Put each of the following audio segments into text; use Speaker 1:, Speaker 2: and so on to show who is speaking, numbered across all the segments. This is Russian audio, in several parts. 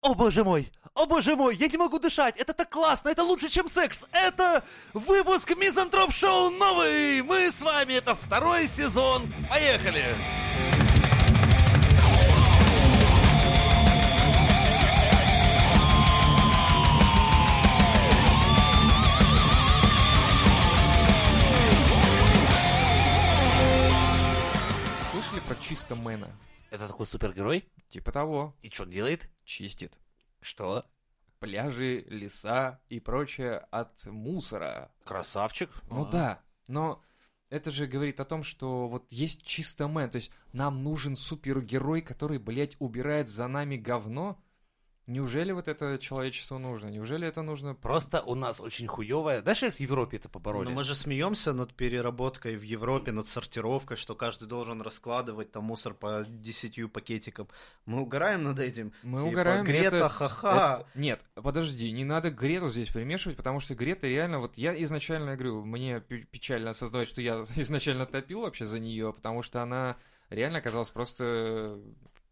Speaker 1: О боже мой! О боже мой! Я не могу дышать! Это так классно! Это лучше, чем секс! Это выпуск Мизантроп Шоу новый! Мы с вами! Это второй сезон! Поехали!
Speaker 2: Слышали про чисто мэна?
Speaker 1: Это такой супергерой?
Speaker 2: Типа того.
Speaker 1: И что он делает?
Speaker 2: Чистит.
Speaker 1: Что?
Speaker 2: Пляжи, леса и прочее от мусора.
Speaker 1: Красавчик?
Speaker 3: А.
Speaker 2: Ну да, но это же говорит о том, что вот есть чисто мэн. То есть нам нужен супергерой, который, блядь, убирает за нами говно. Неужели вот это человечеству нужно? Неужели это нужно...
Speaker 1: Просто у нас очень хуевая. Знаешь, как в Европе это побороли?
Speaker 3: Но мы же смеемся над переработкой в Европе, над сортировкой, что каждый должен раскладывать там мусор по десятью пакетикам. Мы угораем над этим.
Speaker 2: Мы
Speaker 3: Типа,
Speaker 2: угораем, и
Speaker 3: Грета,
Speaker 2: это-
Speaker 3: ха-ха.
Speaker 2: Это- Нет, подожди, не надо Грету здесь примешивать, потому что Грета реально, вот я изначально говорю, мне пе- печально осознавать, что я изначально топил вообще за нее, потому что она реально оказалась просто,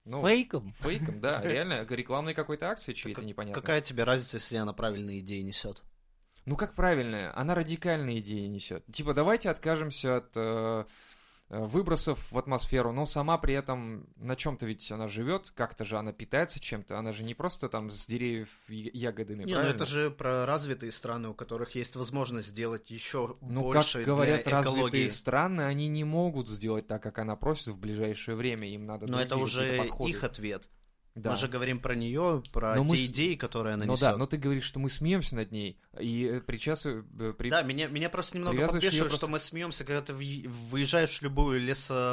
Speaker 2: ну,
Speaker 1: Фейком?
Speaker 2: фейком, да, реально рекламной какой-то акции чьей-то непонятно.
Speaker 3: Какая тебе разница, если она правильные идеи несет?
Speaker 2: Ну как правильная, она радикальные идеи несет. Типа давайте откажемся от э, э, выбросов в атмосферу, но сама при этом на чем-то ведь она живет, как-то же она питается чем-то, она же не просто там с деревьев я- ягодами,
Speaker 3: Не, ну
Speaker 2: правильно?
Speaker 3: это же про развитые страны, у которых есть возможность сделать еще
Speaker 2: Ну, как
Speaker 3: больше
Speaker 2: говорят
Speaker 3: для
Speaker 2: развитые
Speaker 3: экологии.
Speaker 2: страны, они не могут сделать так, как она просит в ближайшее время. Им надо
Speaker 3: Но это
Speaker 2: другие
Speaker 3: уже
Speaker 2: какие-то подходы.
Speaker 3: их ответ.
Speaker 2: Да.
Speaker 3: Мы же говорим про нее, про
Speaker 2: Но мы
Speaker 3: те
Speaker 2: с-
Speaker 3: идеи, которые она
Speaker 2: Ну
Speaker 3: несет.
Speaker 2: да, но ты говоришь, что мы смеемся над ней. И э, причасы... э, при-
Speaker 3: Да, меня, меня просто немного
Speaker 2: Привязываешь её
Speaker 3: подбешивает,
Speaker 2: просто-
Speaker 3: что мы смеемся, когда ты вь- выезжаешь в любую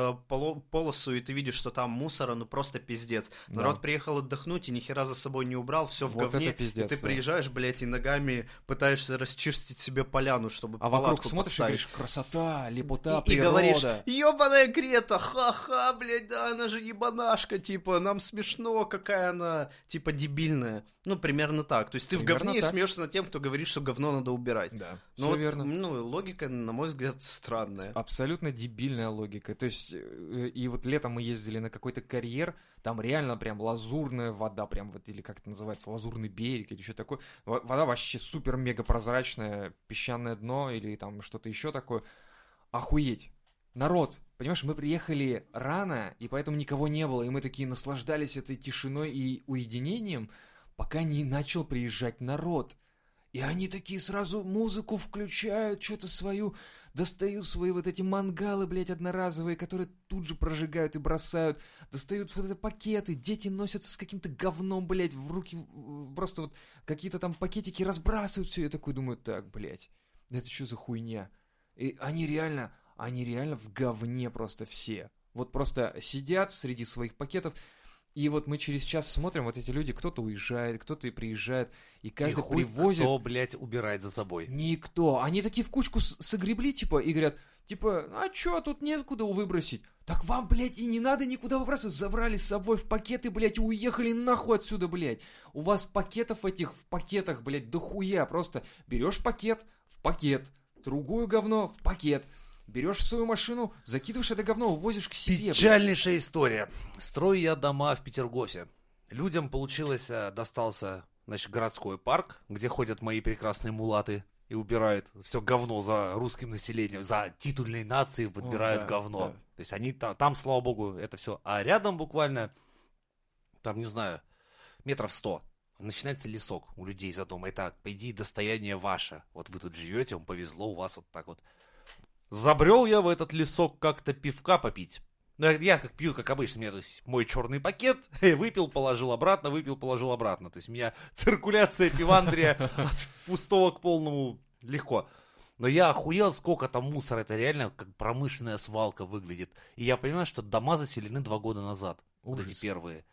Speaker 3: лесополосу, и ты видишь, что там мусора, ну просто пиздец.
Speaker 2: Да.
Speaker 3: Народ приехал отдохнуть и нихера за собой не убрал, все в
Speaker 2: Вот
Speaker 3: говне.
Speaker 2: это пиздец,
Speaker 3: и ты
Speaker 2: да.
Speaker 3: приезжаешь, блядь, и ногами пытаешься расчистить себе поляну, чтобы
Speaker 2: А вокруг
Speaker 3: палатку
Speaker 2: смотришь
Speaker 3: поставить.
Speaker 2: и говоришь, красота, лепота,
Speaker 3: и, и
Speaker 2: природа.
Speaker 3: говоришь, ебаная Грета, ха-ха, блядь, да она же ебанашка, типа, нам смешно, какая она, типа, дебильная. Ну, примерно так. То есть ты в
Speaker 2: Примерно
Speaker 3: говне и
Speaker 2: так.
Speaker 3: смеешься над тем, кто говорит, что говно надо убирать.
Speaker 2: Да, всё
Speaker 3: Ну, вот,
Speaker 2: верно.
Speaker 3: ну, логика, на мой взгляд,
Speaker 2: С-
Speaker 3: странная.
Speaker 2: Абсолютно дебильная логика. То есть, э, и вот летом мы ездили на какой-то карьер, там реально прям лазурная вода, прям вот, или как это называется, лазурный берег или что такое. Во- Вода вообще супер-мега прозрачная, песчаное дно или там что-то еще такое. Охуеть. Народ, понимаешь, мы приехали рано, и поэтому никого не было, и мы такие наслаждались этой тишиной и уединением, пока не начал приезжать народ. И они такие сразу музыку включают, что-то свою, достают свои вот эти мангалы, блядь, одноразовые, которые тут же прожигают и бросают, достают вот эти пакеты, дети носятся с каким-то говном, блядь, в руки, в- просто вот какие-то там пакетики разбрасывают все, я такой думаю, так, блядь, это что за хуйня? И они реально, они реально в говне просто все. Вот просто сидят среди своих пакетов, и вот мы через час смотрим, вот эти люди, кто-то уезжает, кто-то и приезжает, и каждый привозит...
Speaker 1: Кто, блядь, убирает за собой?
Speaker 2: Никто. Они такие в кучку с- согребли, типа, и говорят, типа, а чё, тут некуда выбросить. Так вам, блядь, и не надо никуда выбрасывать. Забрали с собой в пакеты, блядь, и уехали нахуй отсюда, блядь. У вас пакетов этих в пакетах, блядь, дохуя. Просто берешь пакет в пакет, другую говно в пакет. Берешь свою машину, закидываешь это говно, увозишь к себе. блядь.
Speaker 1: Печальнейшая история. Строю я дома в Петергофе. Людям получилось, э, достался, значит, городской парк, где ходят мои прекрасные мулаты и убирают все говно за русским населением, за титульной нации подбирают
Speaker 2: да,
Speaker 1: говно.
Speaker 2: да.
Speaker 1: То есть они там, там, слава богу, это все. А рядом буквально, там, не знаю, метров сто. Начинается лесок у людей за домом. Это, по идее, достояние ваше. Вот вы тут живете, вам повезло, у вас вот так вот. Забрел я в этот лесок как-то пивка попить. Ну, я, я как пью, как обычно, у меня то есть, мой черный пакет, выпил, положил обратно, выпил, положил обратно. То есть у меня циркуляция пивандрия от пустого к полному легко. Но я охуел, сколько там мусора, это реально как промышленная свалка выглядит. И я понимаю, что дома заселены два года назад, вот эти
Speaker 2: Ужас.
Speaker 1: первые.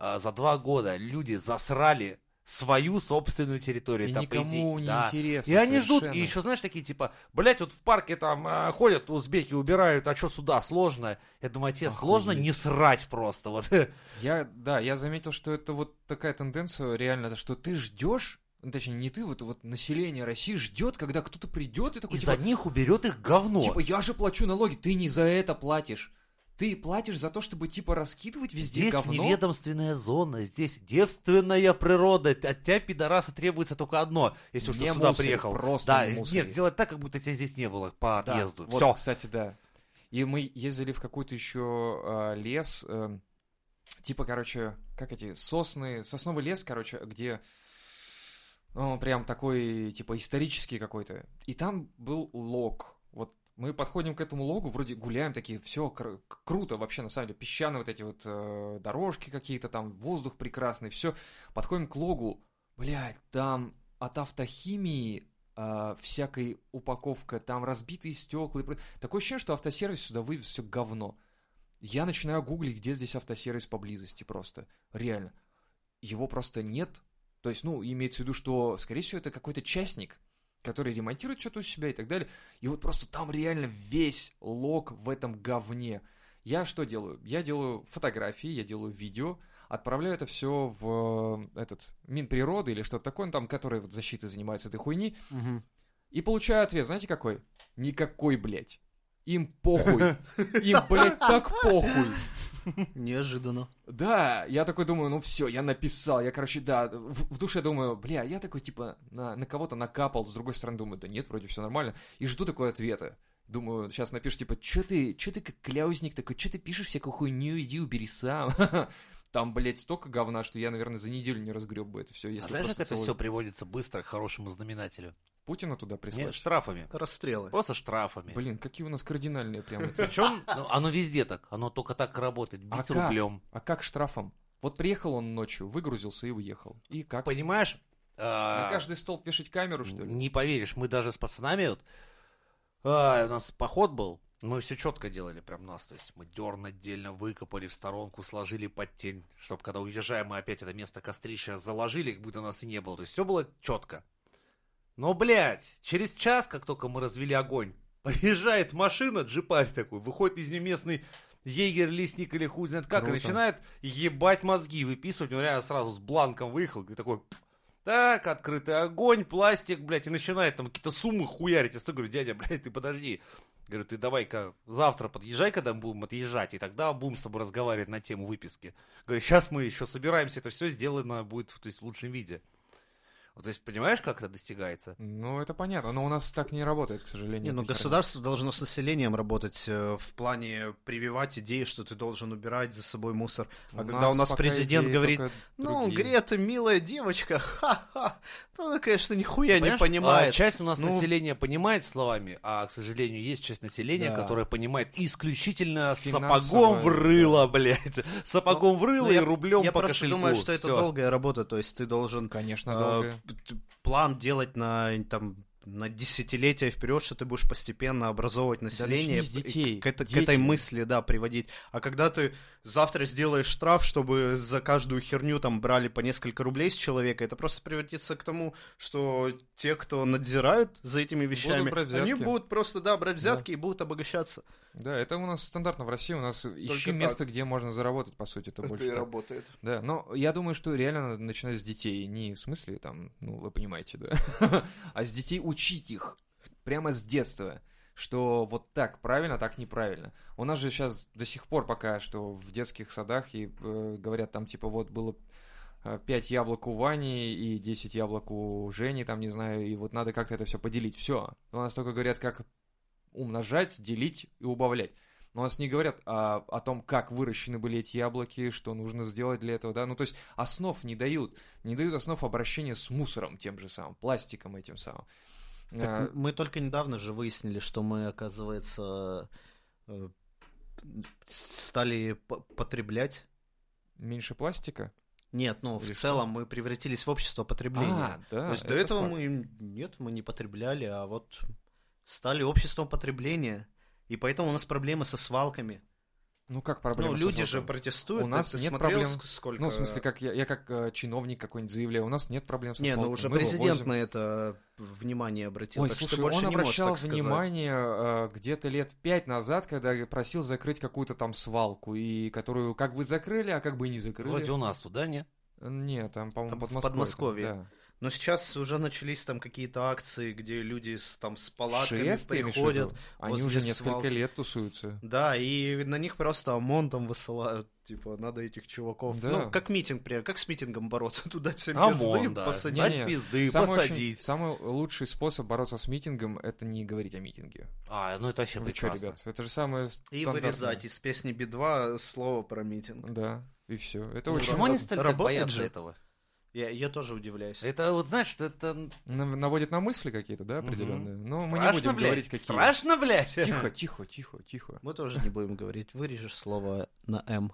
Speaker 1: А за два года люди засрали свою собственную территорию.
Speaker 2: И
Speaker 1: Там, по
Speaker 2: никому
Speaker 1: идее-
Speaker 2: не
Speaker 1: да.
Speaker 2: интересно
Speaker 1: И они ждут, и
Speaker 2: совершенно.
Speaker 1: еще, знаешь, такие типа, блять, вот в парке там а, ходят узбеки, убирают, а что сюда сложно? Я думаю, а тебе
Speaker 2: Охуеть.
Speaker 1: сложно не срать просто. Вот.
Speaker 2: Я, да, я заметил, что это вот такая тенденция реально, что ты ждешь, ну, точнее, не ты, вот, вот население России ждет, когда кто-то придет и
Speaker 1: И
Speaker 2: такой,
Speaker 1: за
Speaker 2: типа,
Speaker 1: них уберет их говно.
Speaker 2: типа, я же плачу налоги, ты не за это платишь. ты платишь за то, чтобы типа раскидывать везде
Speaker 1: здесь
Speaker 2: говно.
Speaker 1: неведомственная зона, здесь девственная природа. От тебя, пидораса, требуется только одно, если уж
Speaker 2: Не
Speaker 1: ты сюда
Speaker 2: мусори,
Speaker 1: приехал.
Speaker 2: просто
Speaker 1: да,
Speaker 2: не мусори.
Speaker 1: нет, сделать так, как будто тебя здесь не было по
Speaker 2: Да,
Speaker 1: отъезду.
Speaker 2: вот,
Speaker 1: Все.
Speaker 2: кстати, да. И мы ездили в какой-то еще а, лес, эм, типа, короче, как эти сосны, сосновый лес, короче, где ну, прям такой, типа, исторический какой-то. И там был лог. Вот мы подходим к этому логу, вроде гуляем такие, все круто вообще, на самом деле, песчаные вот эти вот э, дорожки какие-то там, воздух прекрасный, все. Подходим к логу, блядь, там от автохимии а, всякой упаковка, там разбитые стекла. и про- Такое ощущение, что автосервис сюда вывез все говно. Я начинаю гуглить, где здесь автосервис поблизости просто. Реально. Его просто нет. То есть, ну, имеется в виду, что, скорее всего, это какой-то частник, который ремонтирует что-то у себя и так далее. И вот просто там реально весь лог в этом говне. Я что делаю? Я делаю фотографии, я делаю видео, отправляю это все в э, этот Минприроды или что-то такое, ну, там, которые вот защитой занимаются этой хуйни, и получаю ответ, знаете какой? Никакой, блядь. Им похуй. Им, блядь, так похуй.
Speaker 3: Неожиданно.
Speaker 2: Да, я такой думаю, ну все, я написал, я, короче, да, в, в душе думаю, бля, я такой, типа, на, на кого-то накапал, с другой стороны думаю, да нет, вроде все нормально, и жду такой ответа. Думаю, сейчас напишешь, типа, че ты, че ты как кляузник такой, че ты пишешь всякую хуйню, иди убери сам. Там, блядь, столько говна, что я, наверное, за неделю не разгреб бы это все, если
Speaker 1: а знаешь, как
Speaker 2: просто
Speaker 1: это
Speaker 2: целую-
Speaker 1: все приводится быстро к хорошему знаменателю?
Speaker 2: Путина туда
Speaker 1: Не,
Speaker 2: прислать.
Speaker 1: штрафами.
Speaker 3: Расстрелы.
Speaker 1: Просто штрафами.
Speaker 2: Блин, какие у нас кардинальные прям это.
Speaker 1: Причем ну, оно везде так, оно только так и работает,
Speaker 2: А
Speaker 1: бить
Speaker 2: как?
Speaker 1: рублем.
Speaker 2: А как штрафом? Вот приехал он ночью, выгрузился и уехал. И как?
Speaker 1: Понимаешь?
Speaker 2: На
Speaker 1: А,
Speaker 2: каждый столб вешать камеру, что ли?
Speaker 1: Не поверишь, мы даже с пацанами вот, а, у нас поход был, мы все четко делали прям нас, то есть мы дерн отдельно выкопали в сторонку, сложили под тень, чтобы когда уезжаем, мы опять это место кострища заложили, как будто нас и не было, то есть все было четко. Но, блядь, через час, как только мы развели огонь, подъезжает машина, джипарь такой, выходит из нее местный егерь, лесник или хуй знает как,
Speaker 2: Круто.
Speaker 1: и начинает ебать мозги, выписывать, он реально сразу с бланком выехал, и такой, так, открытый огонь, пластик, блядь, и начинает там какие-то суммы хуярить. Я стою, говорю, дядя, блядь, ты подожди. Говорю, ты давай-ка завтра подъезжай, когда мы будем отъезжать, и тогда будем с тобой разговаривать на тему выписки. Говорю, сейчас мы еще собираемся, это все сделано будет то есть, в лучшем виде. Вот, то есть, понимаешь, как это достигается?
Speaker 2: Ну, это понятно, но у нас так не работает, к сожалению.
Speaker 3: Не, ну
Speaker 2: эта херня.
Speaker 3: государство должно с населением работать э, в плане прививать идеи, что ты должен убирать за собой мусор. А когда у нас
Speaker 2: пока
Speaker 3: президент
Speaker 2: идеи
Speaker 3: говорит,
Speaker 2: только
Speaker 3: ну,
Speaker 2: другие.
Speaker 3: Грета, милая девочка, ха-ха, то она, конечно, нихуя не
Speaker 1: Понимаешь? А,
Speaker 3: понимает.
Speaker 1: часть у нас
Speaker 3: Ну-
Speaker 1: населения понимает словами, а, к сожалению, есть часть населения,
Speaker 3: Да.
Speaker 1: которая понимает исключительно
Speaker 2: Финансово,
Speaker 1: сапогом в рыло, блядь. Сапогом в рыло
Speaker 3: ну,
Speaker 1: и рублем
Speaker 3: Я
Speaker 1: по
Speaker 3: просто
Speaker 1: кошельку.
Speaker 3: думаю, что это
Speaker 1: Всё.
Speaker 3: долгая работа, то есть ты должен
Speaker 2: Конечно,
Speaker 3: э,
Speaker 2: долго.
Speaker 3: п- т- план делать на там на десятилетия вперед, что ты будешь постепенно образовывать население
Speaker 2: начни с
Speaker 3: и
Speaker 2: детей.
Speaker 3: к, это- к
Speaker 2: Дети.
Speaker 3: этой мысли, да, приводить. А когда ты завтра сделаешь штраф, чтобы за каждую херню там брали по несколько рублей с человека, это просто превратится к тому, что те, кто надзирают за этими вещами,
Speaker 2: брать
Speaker 3: они
Speaker 2: взятки.
Speaker 3: будут просто, да, брать взятки и будут обогащаться.
Speaker 2: Да, это у нас стандартно в России, у нас ищи
Speaker 3: так.
Speaker 2: место, где можно заработать, по сути, это больше
Speaker 3: и
Speaker 2: так.
Speaker 3: работает.
Speaker 2: Да, но я думаю, что реально надо начинать с детей. Не в смысле там, ну, вы понимаете, да? А с детей учить их. Прямо с детства. Что вот так правильно, а так неправильно. У нас же сейчас до сих пор пока что в детских садах и э, говорят там, типа, вот было 5 яблок у Вани и 10 яблок у Жени, там, не знаю, и вот надо как-то это все поделить. Все. У нас только говорят, как умножать, делить и убавлять. Но у нас не говорят а, о том, как выращены были эти яблоки, что нужно сделать для этого, да. Ну, то есть основ не дают. Не дают основ обращения с мусором тем же самым, пластиком этим самым. А,
Speaker 3: Так м- мы только недавно же выяснили, что мы, оказывается, э, стали по- потреблять.
Speaker 2: меньше пластика?
Speaker 3: Нет, ну,
Speaker 2: Или
Speaker 3: в
Speaker 2: что?
Speaker 3: целом мы превратились в общество потребления.
Speaker 2: А, да.
Speaker 3: То есть до
Speaker 2: это
Speaker 3: этого
Speaker 2: факт.
Speaker 3: мы, нет, мы не потребляли, а вот стали обществом потребления. И поэтому у нас проблемы со свалками.
Speaker 2: Ну, как проблема?
Speaker 3: ну,
Speaker 2: с
Speaker 3: люди
Speaker 2: этим?
Speaker 3: же протестуют.
Speaker 2: У
Speaker 3: Ты-
Speaker 2: нас
Speaker 3: ты
Speaker 2: нет
Speaker 3: смотрел,
Speaker 2: проблем.
Speaker 3: ск- сколько...
Speaker 2: Ну, в смысле, как я, я как э, чиновник какой-нибудь заявляю, у нас нет проблем с
Speaker 3: Не, ну уже президент на это внимание обратил.
Speaker 2: Ой,
Speaker 3: так
Speaker 2: слушай,
Speaker 3: что ты больше
Speaker 2: он
Speaker 3: не можешь
Speaker 2: обращал
Speaker 3: так сказать.
Speaker 2: внимание э, где-то лет пять назад, когда просил закрыть какую-то там свалку, и которую как бы закрыли, а как бы и не закрыли.
Speaker 1: Вроде у нас туда, не?
Speaker 2: Не, там, по-моему,
Speaker 3: Там в
Speaker 2: Подмосковье.
Speaker 3: Подмосковье.
Speaker 2: там, да.
Speaker 3: Но сейчас уже начались там какие-то акции, где люди с, там с палатками
Speaker 2: Шест, ты имеешь в виду?
Speaker 3: приходят.
Speaker 2: Они
Speaker 3: возле
Speaker 2: уже несколько
Speaker 3: свалки.
Speaker 2: лет тусуются.
Speaker 3: Да, и на них просто ОМОН там высылают, типа, надо этих чуваков.
Speaker 2: Да.
Speaker 3: Ну, как митинг, прям, как с митингом бороться? Туда всем пизды
Speaker 1: ОМОн, да.
Speaker 3: посадить.
Speaker 2: Не,
Speaker 1: Дать пизды,
Speaker 2: Самый очень-
Speaker 1: посадить.
Speaker 2: самый лучший способ бороться с митингом — это не говорить о митинге.
Speaker 1: А, ну это вообще
Speaker 2: Вы что,
Speaker 1: прекрасно.
Speaker 2: ребят, это же самое
Speaker 3: И
Speaker 2: стандартное.
Speaker 3: вырезать из песни Би-2 слово про митинг.
Speaker 2: Да, и все. Это
Speaker 3: Ну,
Speaker 2: очень...
Speaker 1: Почему они
Speaker 3: раб-
Speaker 1: стали так
Speaker 3: работает
Speaker 1: бояться
Speaker 3: же.
Speaker 1: этого?
Speaker 3: Я, я тоже удивляюсь.
Speaker 1: Это вот, знаешь, это
Speaker 2: нав- Наводит на мысли какие-то, да,
Speaker 1: Мгм.
Speaker 2: определенные? Но мы не
Speaker 1: страшно,
Speaker 2: будем говорить,
Speaker 1: блядь.
Speaker 2: какие.
Speaker 1: Страшно, блядь.
Speaker 2: Тихо, тихо, тихо, тихо.
Speaker 3: Мы тоже не будем говорить. Вырежешь слово на М.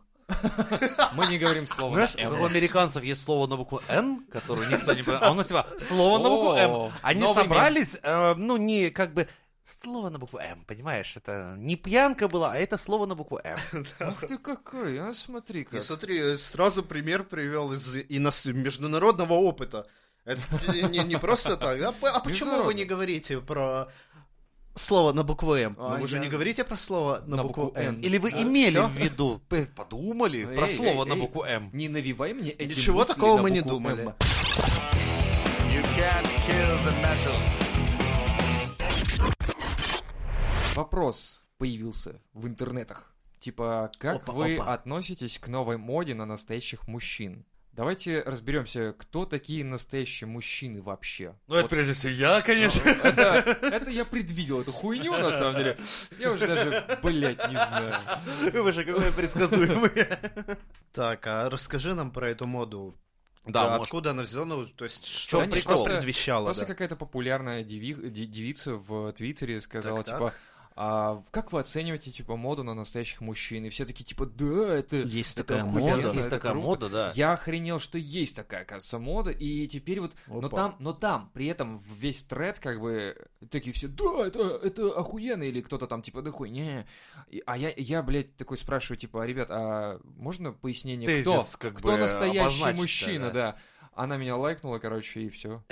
Speaker 2: Мы не говорим слово.
Speaker 1: Знаешь,
Speaker 2: «М».
Speaker 1: у американцев есть слово на букву «Н», которое никто не понимает, а у нас типа слово на букву
Speaker 2: О,
Speaker 1: «М». Они
Speaker 2: новый мем.
Speaker 1: собрались, э, ну, не как бы... Слово на букву «М», понимаешь? Это не пьянка была, а это слово на букву «М».
Speaker 2: Ах ты какой, а смотри
Speaker 3: И
Speaker 2: как.
Speaker 3: смотри, э, сразу пример привел из инос- международного опыта. Это не, не просто так. А, по- а почему вы не
Speaker 2: Международный.
Speaker 3: говорите про слово на букву М?
Speaker 2: А,
Speaker 3: Ну, вы же
Speaker 2: я-
Speaker 3: не говорите про слово на,
Speaker 2: На
Speaker 3: букву
Speaker 2: букву
Speaker 3: Н.
Speaker 2: «Н».
Speaker 1: Или вы
Speaker 3: Да,
Speaker 1: имели
Speaker 3: всё.
Speaker 1: в виду, п- подумали
Speaker 2: Эй,
Speaker 1: про
Speaker 2: эй,
Speaker 1: слово на
Speaker 2: эй.
Speaker 1: букву «М».
Speaker 2: Не навивай мне эти
Speaker 3: Ничего
Speaker 2: мысли
Speaker 3: такого
Speaker 2: на
Speaker 3: мы не
Speaker 2: букву
Speaker 3: думали.
Speaker 2: «М». Вопрос появился в интернетах. Типа, как
Speaker 3: Опа,
Speaker 2: вы
Speaker 3: опа.
Speaker 2: относитесь к новой моде на настоящих мужчин? Давайте разберемся, кто такие настоящие мужчины вообще.
Speaker 1: Ну, это
Speaker 2: Вот
Speaker 1: прежде всего я, конечно.
Speaker 2: это, А, это я предвидел, эту хуйню на самом деле. Я уже даже, блядь, не знаю.
Speaker 1: Вы же какой предсказуемый.
Speaker 3: Так, а расскажи нам про эту моду.
Speaker 1: Да, может,
Speaker 3: откуда она взяла? Ну, то есть, что
Speaker 2: Да не,
Speaker 3: прикол
Speaker 2: просто-
Speaker 3: предвещала?
Speaker 2: Просто
Speaker 3: да?
Speaker 2: какая-то популярная деви- де- девица в Твиттере сказала,
Speaker 3: Так, так.
Speaker 2: типа, «А как вы оцениваете, типа, моду на настоящих мужчин? И все такие, типа, да, это...
Speaker 3: Есть
Speaker 2: это
Speaker 3: такая
Speaker 2: охуенно,
Speaker 3: мода.
Speaker 1: Есть
Speaker 2: это
Speaker 1: такая
Speaker 2: круто».
Speaker 1: мода, да.
Speaker 2: Я охренел, что есть такая, оказывается, мода, и теперь вот... Но
Speaker 3: Опа.
Speaker 2: там, но там, при этом в весь тред, как бы, такие все, да, это, это охуенно, или кто-то там, типа, да хуй, не. И- А я, я, блядь, такой спрашиваю, типа, ребят, а можно пояснение, кто?
Speaker 1: Тезис, как
Speaker 2: Кто
Speaker 1: бы,
Speaker 2: настоящий
Speaker 1: обозначить-то,
Speaker 2: мужчина, да. Она меня лайкнула, короче, и все.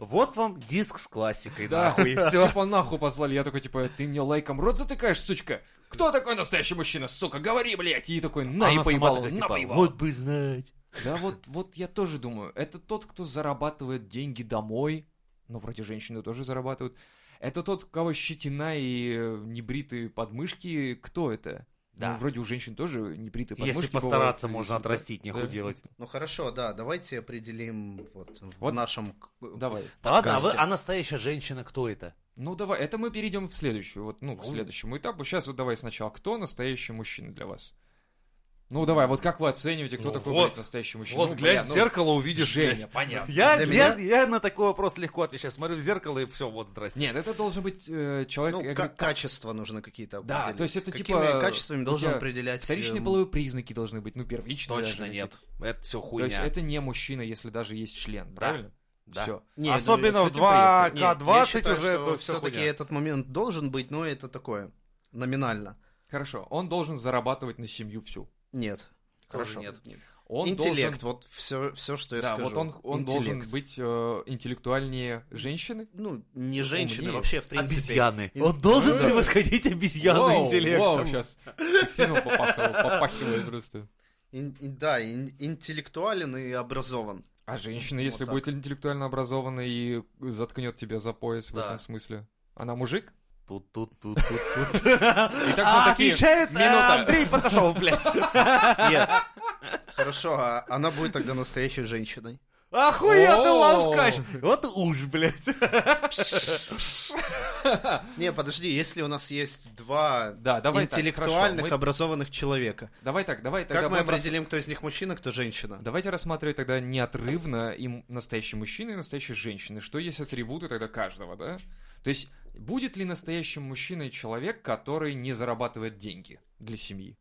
Speaker 1: Вот вам диск с классикой,
Speaker 2: Да.
Speaker 1: нахуй, и все.
Speaker 2: Типа нахуй позвали. Я такой, типа, ты мне лайком рот затыкаешь, сучка? Кто такой настоящий мужчина, сука? Говори, блядь! И такой, на, и
Speaker 1: Она сама
Speaker 2: поебал,
Speaker 1: такая,
Speaker 2: на,
Speaker 1: типа,
Speaker 2: поебал.
Speaker 1: Вот бы знать.
Speaker 2: Да вот, вот я тоже думаю, это тот, кто зарабатывает деньги домой, ну, вроде женщины тоже зарабатывают, это тот, у кого щетина и э, небритые подмышки, кто это?
Speaker 1: Да.
Speaker 2: Ну, вроде у женщин тоже небритые подмышки
Speaker 1: Если постараться,
Speaker 2: бывают,
Speaker 1: можно
Speaker 2: если-
Speaker 1: отрастить, нехуй
Speaker 2: Да.
Speaker 1: делать.
Speaker 3: Ну хорошо, да, давайте определим вот,
Speaker 2: Вот.
Speaker 3: в нашем
Speaker 2: Давай.
Speaker 1: Да ладно, а, вы-
Speaker 3: подкасте.
Speaker 1: а настоящая женщина кто это?
Speaker 2: Ну давай, это мы перейдем в следующую, вот, ну, к
Speaker 1: Ну.
Speaker 2: следующему этапу. Сейчас вот давай сначала, кто настоящий мужчина для вас? Ну давай, вот как вы оцениваете, кто
Speaker 1: Ну
Speaker 2: такой,
Speaker 1: вот,
Speaker 2: блядь, настоящий мужчина? Ну, бля, ну,
Speaker 1: зеркало, увидишь,
Speaker 2: Женя, понятно.
Speaker 1: Я,
Speaker 3: Для
Speaker 1: я, я на такой вопрос легко отвечаю. Смотрю в зеркало и все, вот здрасте.
Speaker 2: Нет, это должен быть э, человек,
Speaker 3: Ну,
Speaker 2: я
Speaker 3: ка-
Speaker 2: говорю,
Speaker 3: качества нужно какие-то
Speaker 2: Да,
Speaker 3: определить.
Speaker 2: то есть это
Speaker 3: Какими
Speaker 2: типа,
Speaker 3: качествами должен
Speaker 2: у тебя
Speaker 3: определять...
Speaker 2: вторичные
Speaker 3: эм,
Speaker 2: половые признаки должны быть, ну, первичные.
Speaker 1: Точно
Speaker 2: даже.
Speaker 1: нет. Это все
Speaker 2: То есть
Speaker 1: хуйня.
Speaker 2: это не мужчина, если даже есть член,
Speaker 1: Да,
Speaker 2: правильно?
Speaker 1: да.
Speaker 2: Все.
Speaker 3: не, ну,
Speaker 1: Особенно
Speaker 3: я с
Speaker 1: в
Speaker 3: этим
Speaker 1: 2К20
Speaker 3: приехал. Не, я считаю,
Speaker 1: уже,
Speaker 3: что
Speaker 1: ну, всё
Speaker 3: все-таки
Speaker 1: хуйня.
Speaker 3: этот момент должен быть, но это такое, номинально.
Speaker 2: Хорошо. Он должен зарабатывать на семью всю.
Speaker 3: Нет.
Speaker 1: Хорошо.
Speaker 3: Нет.
Speaker 2: Он
Speaker 3: Интеллект,
Speaker 2: должен-
Speaker 3: вот все, все, что я
Speaker 2: да,
Speaker 3: скажу.
Speaker 2: вот он, он должен
Speaker 3: Интеллект.
Speaker 2: быть э, интеллектуальнее женщины.
Speaker 3: Ну, не женщины
Speaker 2: Умнее.
Speaker 3: вообще, в принципе.
Speaker 1: Обезьяны.
Speaker 3: Ин-
Speaker 1: Он должен
Speaker 2: Да.
Speaker 1: превосходить обезьяну
Speaker 2: Вау,
Speaker 1: интеллектом.
Speaker 2: Вау, сейчас сексизмом попахивает, попахивает просто.
Speaker 3: ин- ин- да, ин- интеллектуален и образован.
Speaker 2: А женщина,
Speaker 3: Вот
Speaker 2: если
Speaker 3: так.
Speaker 2: будет интеллектуально образована и заткнет тебя за пояс в
Speaker 1: Да.
Speaker 2: этом смысле, она мужик?
Speaker 1: Тут, тут, тут, тут, тут.
Speaker 2: И так
Speaker 1: А
Speaker 2: все такие,
Speaker 1: отвечает э,
Speaker 2: минута.
Speaker 1: Андрей Поташов, блядь.
Speaker 3: Нет. Хорошо, а она будет тогда настоящей женщиной.
Speaker 1: Охуенно,
Speaker 2: О.
Speaker 1: лавкач. Вот уж, блядь.
Speaker 3: Не, подожди, если у нас есть два
Speaker 2: Да, давай
Speaker 3: интеллектуальных,
Speaker 2: так, хорошо, мы-
Speaker 3: образованных человека,
Speaker 2: Давай так, давай тогда
Speaker 3: как мы
Speaker 2: будем рас-
Speaker 3: определим, кто из них мужчина, кто женщина?
Speaker 2: Давайте рассматривать тогда неотрывно им настоящий мужчина и настоящие женщины. Что есть атрибуты тогда каждого, да? То есть будет ли настоящим мужчиной человек, который не зарабатывает деньги для семьи?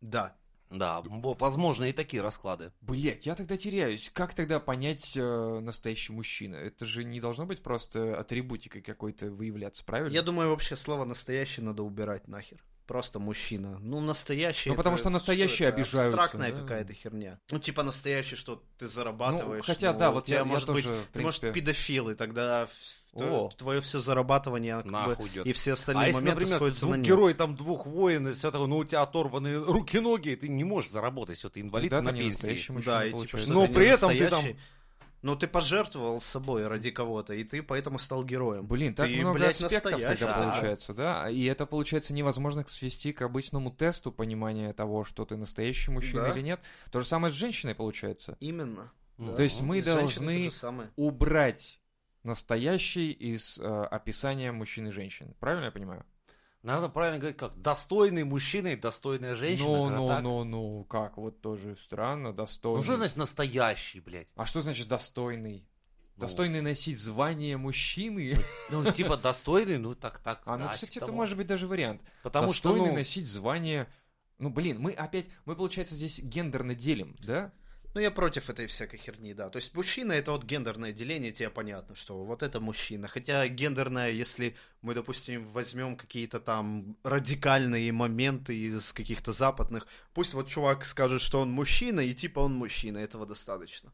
Speaker 3: Да.
Speaker 1: Да, возможно, и такие расклады.
Speaker 2: Блять, я тогда теряюсь. Как тогда понять э, настоящий мужчина? Это же не должно быть просто атрибутикой какой-то выявляться, правильно? Ну,
Speaker 3: Я думаю, вообще слово настоящий надо убирать нахер. просто мужчина. Ну, настоящий.
Speaker 2: Ну, потому
Speaker 3: это-
Speaker 2: что настоящие
Speaker 3: это?
Speaker 2: обижаются,
Speaker 3: Абстрактная
Speaker 2: да.
Speaker 3: какая-то херня. Ну, типа настоящий, что ты
Speaker 2: Ну,
Speaker 3: зарабатываешь.
Speaker 2: хотя,
Speaker 3: ну,
Speaker 2: да,
Speaker 3: у
Speaker 2: вот
Speaker 3: тебя
Speaker 2: я, я
Speaker 3: может быть,
Speaker 2: тоже, в
Speaker 3: ты, может,
Speaker 2: принципе...
Speaker 3: педофил, и тогда
Speaker 2: О.
Speaker 3: твое все зарабатывание как бы,
Speaker 1: Нахуй идет.
Speaker 3: и все остальные
Speaker 1: А если,
Speaker 3: моменты
Speaker 1: например, ты
Speaker 3: сходятся на
Speaker 1: двух
Speaker 3: нет.
Speaker 1: герой, там двух воин, и все такое, но у тебя оторваны руки-ноги, и ты не можешь заработать, все, ты инвалид
Speaker 2: Да,
Speaker 1: на
Speaker 2: ты не
Speaker 1: пенсии.
Speaker 2: настоящий мужчина,
Speaker 3: Да, и типа,
Speaker 2: получается. Ну,
Speaker 3: что
Speaker 1: Но
Speaker 3: ты
Speaker 1: при
Speaker 3: не
Speaker 1: этом ты там-
Speaker 3: настоящий, Но ты пожертвовал собой ради кого-то, и ты поэтому стал героем.
Speaker 2: Блин, так
Speaker 3: ты,
Speaker 2: много
Speaker 3: блядь,
Speaker 2: аспектов
Speaker 3: настоящий.
Speaker 2: тогда
Speaker 3: Да.
Speaker 2: получается, да? И это, получается, невозможно свести к обычному тесту понимания того, что ты настоящий мужчина
Speaker 3: Да.
Speaker 2: или нет. То же самое с женщиной получается.
Speaker 3: Именно.
Speaker 1: Ну,
Speaker 3: Да.
Speaker 2: То есть мы
Speaker 3: И женщины
Speaker 2: должны
Speaker 3: то же самое.
Speaker 2: убрать настоящий из э, описания мужчин и женщин. Правильно я понимаю?
Speaker 1: Надо правильно говорить, как достойный мужчина и достойная женщина.
Speaker 2: ну,
Speaker 1: когда
Speaker 2: ну,
Speaker 1: а так.
Speaker 2: ну, ну, как? Вот тоже странно, достойный.
Speaker 1: Ну, что значит настоящий, блядь?
Speaker 2: А что значит достойный?
Speaker 1: Ну,
Speaker 2: Достойный носить звание мужчины?
Speaker 1: Ну, типа достойный, ну так, так.
Speaker 2: А, ну,
Speaker 1: да,
Speaker 2: кстати,
Speaker 1: типа
Speaker 2: это
Speaker 1: того.
Speaker 2: может быть даже вариант.
Speaker 1: Потому что,
Speaker 2: достойный
Speaker 1: ну,
Speaker 2: носить звание... Ну, блин, мы опять... Мы, получается, здесь гендерно делим, да?
Speaker 3: Ну, я против этой всякой херни, да. То есть мужчина это вот гендерное деление, тебе понятно, что вот это мужчина. Хотя гендерное, если мы, допустим, возьмем какие-то там радикальные моменты из каких-то западных, пусть вот чувак скажет, что он мужчина, и типа он мужчина, этого достаточно.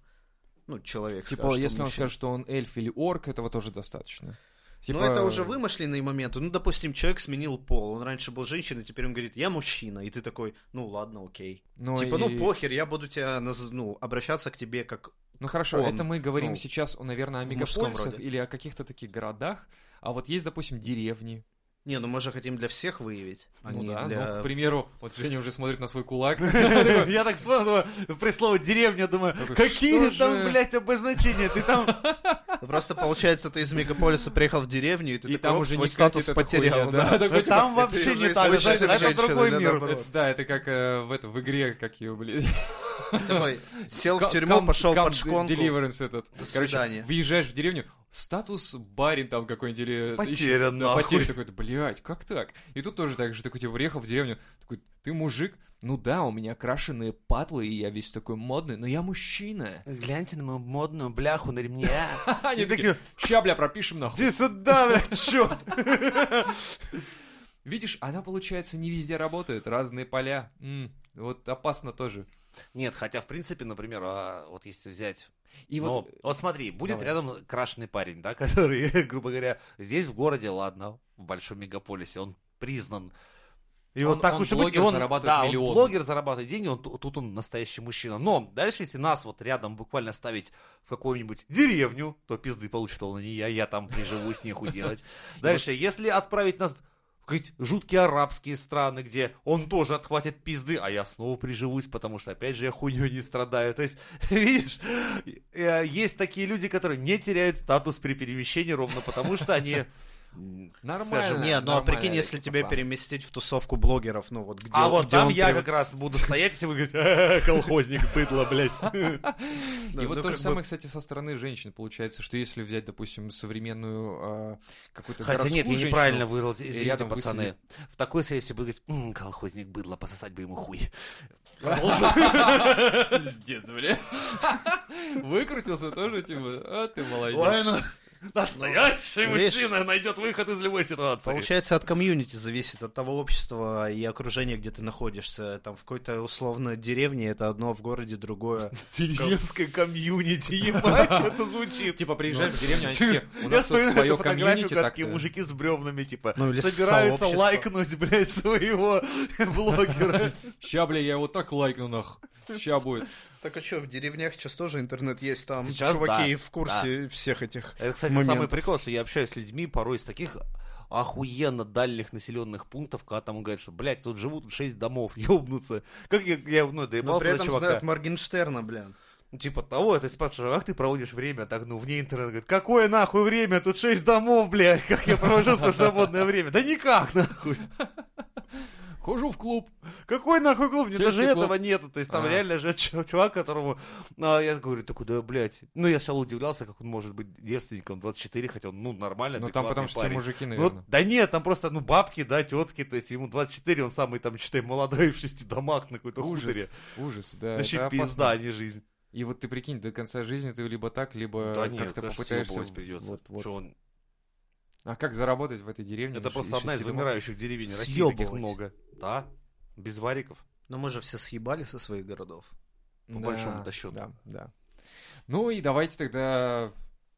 Speaker 3: Ну, человек
Speaker 2: Типа,
Speaker 3: скажет,
Speaker 2: если он
Speaker 3: мужчина.
Speaker 2: скажет, что он эльф или орк, этого тоже достаточно. Типа...
Speaker 3: Ну, это уже вымышленные моменты. Ну, допустим, человек сменил пол. Он раньше был женщиной, теперь он говорит, я мужчина. И ты такой, ну ладно, окей.
Speaker 2: Ну,
Speaker 3: типа,
Speaker 2: и-
Speaker 3: ну похер, я буду тебя, наз- ну, обращаться к тебе как...
Speaker 2: Ну хорошо,
Speaker 3: он,
Speaker 2: это мы говорим
Speaker 3: ну,
Speaker 2: сейчас, наверное, о
Speaker 3: в мужском
Speaker 2: мегаполисах
Speaker 3: роде.
Speaker 2: или о каких-то таких городах. А вот есть, допустим, деревни.
Speaker 3: Не, ну мы же хотим для всех выявить, а
Speaker 2: ну
Speaker 3: не
Speaker 2: да, ну,
Speaker 3: для...
Speaker 2: к примеру, вот Женя уже смотрит на свой кулак.
Speaker 1: Я так вспомнил, думаю, при слове деревня, думаю,
Speaker 2: Такой,
Speaker 1: какие
Speaker 2: что
Speaker 1: там,
Speaker 2: же?
Speaker 1: блядь, обозначения? Ты там
Speaker 3: Ну, Просто получается, ты из мегаполиса приехал в деревню, и ты
Speaker 2: И
Speaker 3: такой,
Speaker 2: там
Speaker 3: «Оп,
Speaker 2: уже
Speaker 3: свой
Speaker 2: не катит
Speaker 3: статус
Speaker 2: эта
Speaker 3: потерял.
Speaker 2: хуйня, да. Такой, типа,
Speaker 1: там
Speaker 3: ты
Speaker 1: вообще
Speaker 3: уже
Speaker 1: не
Speaker 3: из
Speaker 1: так,
Speaker 3: мужчины
Speaker 1: это это
Speaker 3: женщина,
Speaker 1: другой
Speaker 3: да,
Speaker 1: мир.
Speaker 3: наоборот.
Speaker 2: Да, это как э, в этом в игре, как ее, блядь.
Speaker 3: Такой, сел в
Speaker 2: Come-
Speaker 3: тюрьму,
Speaker 2: come-
Speaker 3: пошел
Speaker 2: come
Speaker 3: под шконку.
Speaker 2: Deliverance этот.
Speaker 3: До
Speaker 2: Короче,
Speaker 3: свидания.
Speaker 2: въезжаешь в деревню, статус барин там какой-нибудь или... ищет-
Speaker 1: Потерян,
Speaker 2: Да, потерян
Speaker 1: нахуй.
Speaker 2: такой, блядь, как так? И тут тоже так же, такой, типа, приехал в деревню, такой, ты мужик? Ну да, у меня крашеные патлы, и я весь такой модный, но я мужчина.
Speaker 1: Гляньте на мою модную бляху на ремне.
Speaker 2: Они
Speaker 1: И
Speaker 2: такие,
Speaker 1: такие,
Speaker 2: ща, бля, пропишем нахуй.
Speaker 1: иди сюда, блядь, чё?
Speaker 2: Видишь, она, получается, не везде работает, разные поля. М, вот опасно тоже.
Speaker 1: Нет, хотя, в принципе, например, а, вот если взять...
Speaker 2: И
Speaker 1: ну,
Speaker 2: вот...
Speaker 1: вот... смотри, будет
Speaker 2: Давай.
Speaker 1: рядом крашеный парень, да, который, грубо говоря, здесь в городе, ладно, в большом мегаполисе, он признан... И
Speaker 2: Он-
Speaker 1: вот так
Speaker 2: он
Speaker 1: уж и быть, и
Speaker 2: блогер,
Speaker 1: он,
Speaker 2: зарабатывает
Speaker 1: да, он
Speaker 2: миллионы.
Speaker 1: блогер зарабатывает деньги, он, ту- тут он настоящий мужчина. Но дальше, если нас вот рядом буквально ставить в какую-нибудь деревню, то пизды получит он, а не я, я там приживусь, нехуй делать. Дальше, если отправить нас в какие-то жуткие арабские страны, где он тоже отхватит пизды, а я снова приживусь, потому что, опять же, я хуйней не страдаю. То есть, видишь, э, есть такие люди, которые не теряют статус при перемещении ровно потому, что они... м,
Speaker 2: Нормально.
Speaker 1: скажем,
Speaker 3: Не, ну а
Speaker 2: Нормально,
Speaker 3: прикинь, если
Speaker 2: пацан.
Speaker 3: тебя переместить в тусовку блогеров, ну вот где
Speaker 1: А вот
Speaker 3: где
Speaker 1: там
Speaker 3: он
Speaker 1: я
Speaker 3: прив-
Speaker 1: как раз буду стоять, если вы говорите, «Э, колхозник, быдло, блядь.
Speaker 2: И
Speaker 3: Да,
Speaker 2: вот
Speaker 3: ну,
Speaker 2: то
Speaker 3: как
Speaker 2: же
Speaker 3: бы-
Speaker 2: самое, кстати, со стороны женщин получается, что если взять, допустим, современную э, какую-то
Speaker 1: Хотя
Speaker 2: городскую
Speaker 1: нет, я
Speaker 2: женщину,
Speaker 1: неправильно выразил, извините,
Speaker 2: рядом
Speaker 1: пацаны.
Speaker 2: высадит.
Speaker 1: В такой сессии вы говорите, «М, колхозник, быдло, пососать бы ему хуй.
Speaker 2: Пиздец, бля. Выкрутился тоже, типа, а ты молодец.
Speaker 3: Ой, ну,
Speaker 1: Настоящий
Speaker 3: Ну, видишь-
Speaker 1: мужчина найдет выход из любой ситуации.
Speaker 3: Получается, от комьюнити зависит, от того общества и окружения, где ты находишься. Там в какой-то условно деревне это одно, в городе другое.
Speaker 1: Деревенское комьюнити, ебать, это звучит.
Speaker 2: Типа приезжаешь в деревню, они такие, у
Speaker 1: Я
Speaker 2: нас тут
Speaker 1: вспоминаю
Speaker 2: свое
Speaker 1: эту фотографию,
Speaker 2: комьюнити,
Speaker 1: когда такие
Speaker 2: так
Speaker 1: мужики с бревнами, типа,
Speaker 3: Ну, или
Speaker 1: собираются
Speaker 3: сообщество.
Speaker 1: лайкнуть, блядь, своего блогера.
Speaker 2: Ща, бля, я его так лайкну, нах. Ща будет.
Speaker 3: Так а что, в деревнях сейчас тоже интернет есть, там
Speaker 1: Сейчас
Speaker 3: чуваки
Speaker 1: да,
Speaker 3: в курсе всех этих.
Speaker 1: Это, кстати,
Speaker 3: моментов.
Speaker 1: самый прикол, что я общаюсь с людьми порой из таких охуенно дальних населенных пунктов, когда там говорят, что, блядь, тут живут шесть домов, ёбнутся. Как я, я ну,
Speaker 3: Но
Speaker 1: доебался
Speaker 3: при
Speaker 1: до
Speaker 3: этом
Speaker 1: чувака.
Speaker 3: знают Моргенштерна, блин.
Speaker 1: Типа того, ты спрашиваешь, как ты проводишь время так, ну, вне интернета. Говорит, какое нахуй время, тут шесть домов, блядь, как я провожу свое свободное время. Да никак, нахуй.
Speaker 2: Хожу в клуб.
Speaker 1: Какой нахуй клуб? Мне
Speaker 2: Сельский
Speaker 1: даже
Speaker 2: клуб.
Speaker 1: этого нету. То есть там
Speaker 2: А.
Speaker 1: реально же чу- чувак, которому... а, я говорю, такой, да, блядь. Ну, я сначала удивлялся, как он может быть девственником 24, хотя он, ну, нормально,
Speaker 2: Ну там
Speaker 1: адекватный
Speaker 2: потому что все
Speaker 1: парень.
Speaker 2: мужики,
Speaker 1: Ну,
Speaker 2: наверное.
Speaker 1: да нет, там просто, ну, бабки, да, тетки, то есть ему 24, он самый, там, считай, молодой в шести домах на какой-то хуторе.
Speaker 2: Ужас, ужас, да. это
Speaker 1: Вообще
Speaker 2: опасно.
Speaker 1: пизда, а не жизнь.
Speaker 2: И вот ты прикинь, до конца жизни ты либо так, либо
Speaker 1: Да нет,
Speaker 2: Э, как-то
Speaker 1: конечно,
Speaker 2: попытаешься...
Speaker 1: съебывать придется.
Speaker 2: Вот, вот.
Speaker 1: Чё он-
Speaker 2: А как заработать в этой деревне?
Speaker 1: Это
Speaker 2: из-
Speaker 1: просто
Speaker 2: из
Speaker 1: одна из
Speaker 2: шести домов?
Speaker 1: вымирающих деревень России, таких
Speaker 3: Съёбывать.
Speaker 1: много. Да, без вариков.
Speaker 3: Но мы же все съебали со своих городов.
Speaker 1: по большому-то счету.
Speaker 2: Да, да. Ну и давайте тогда,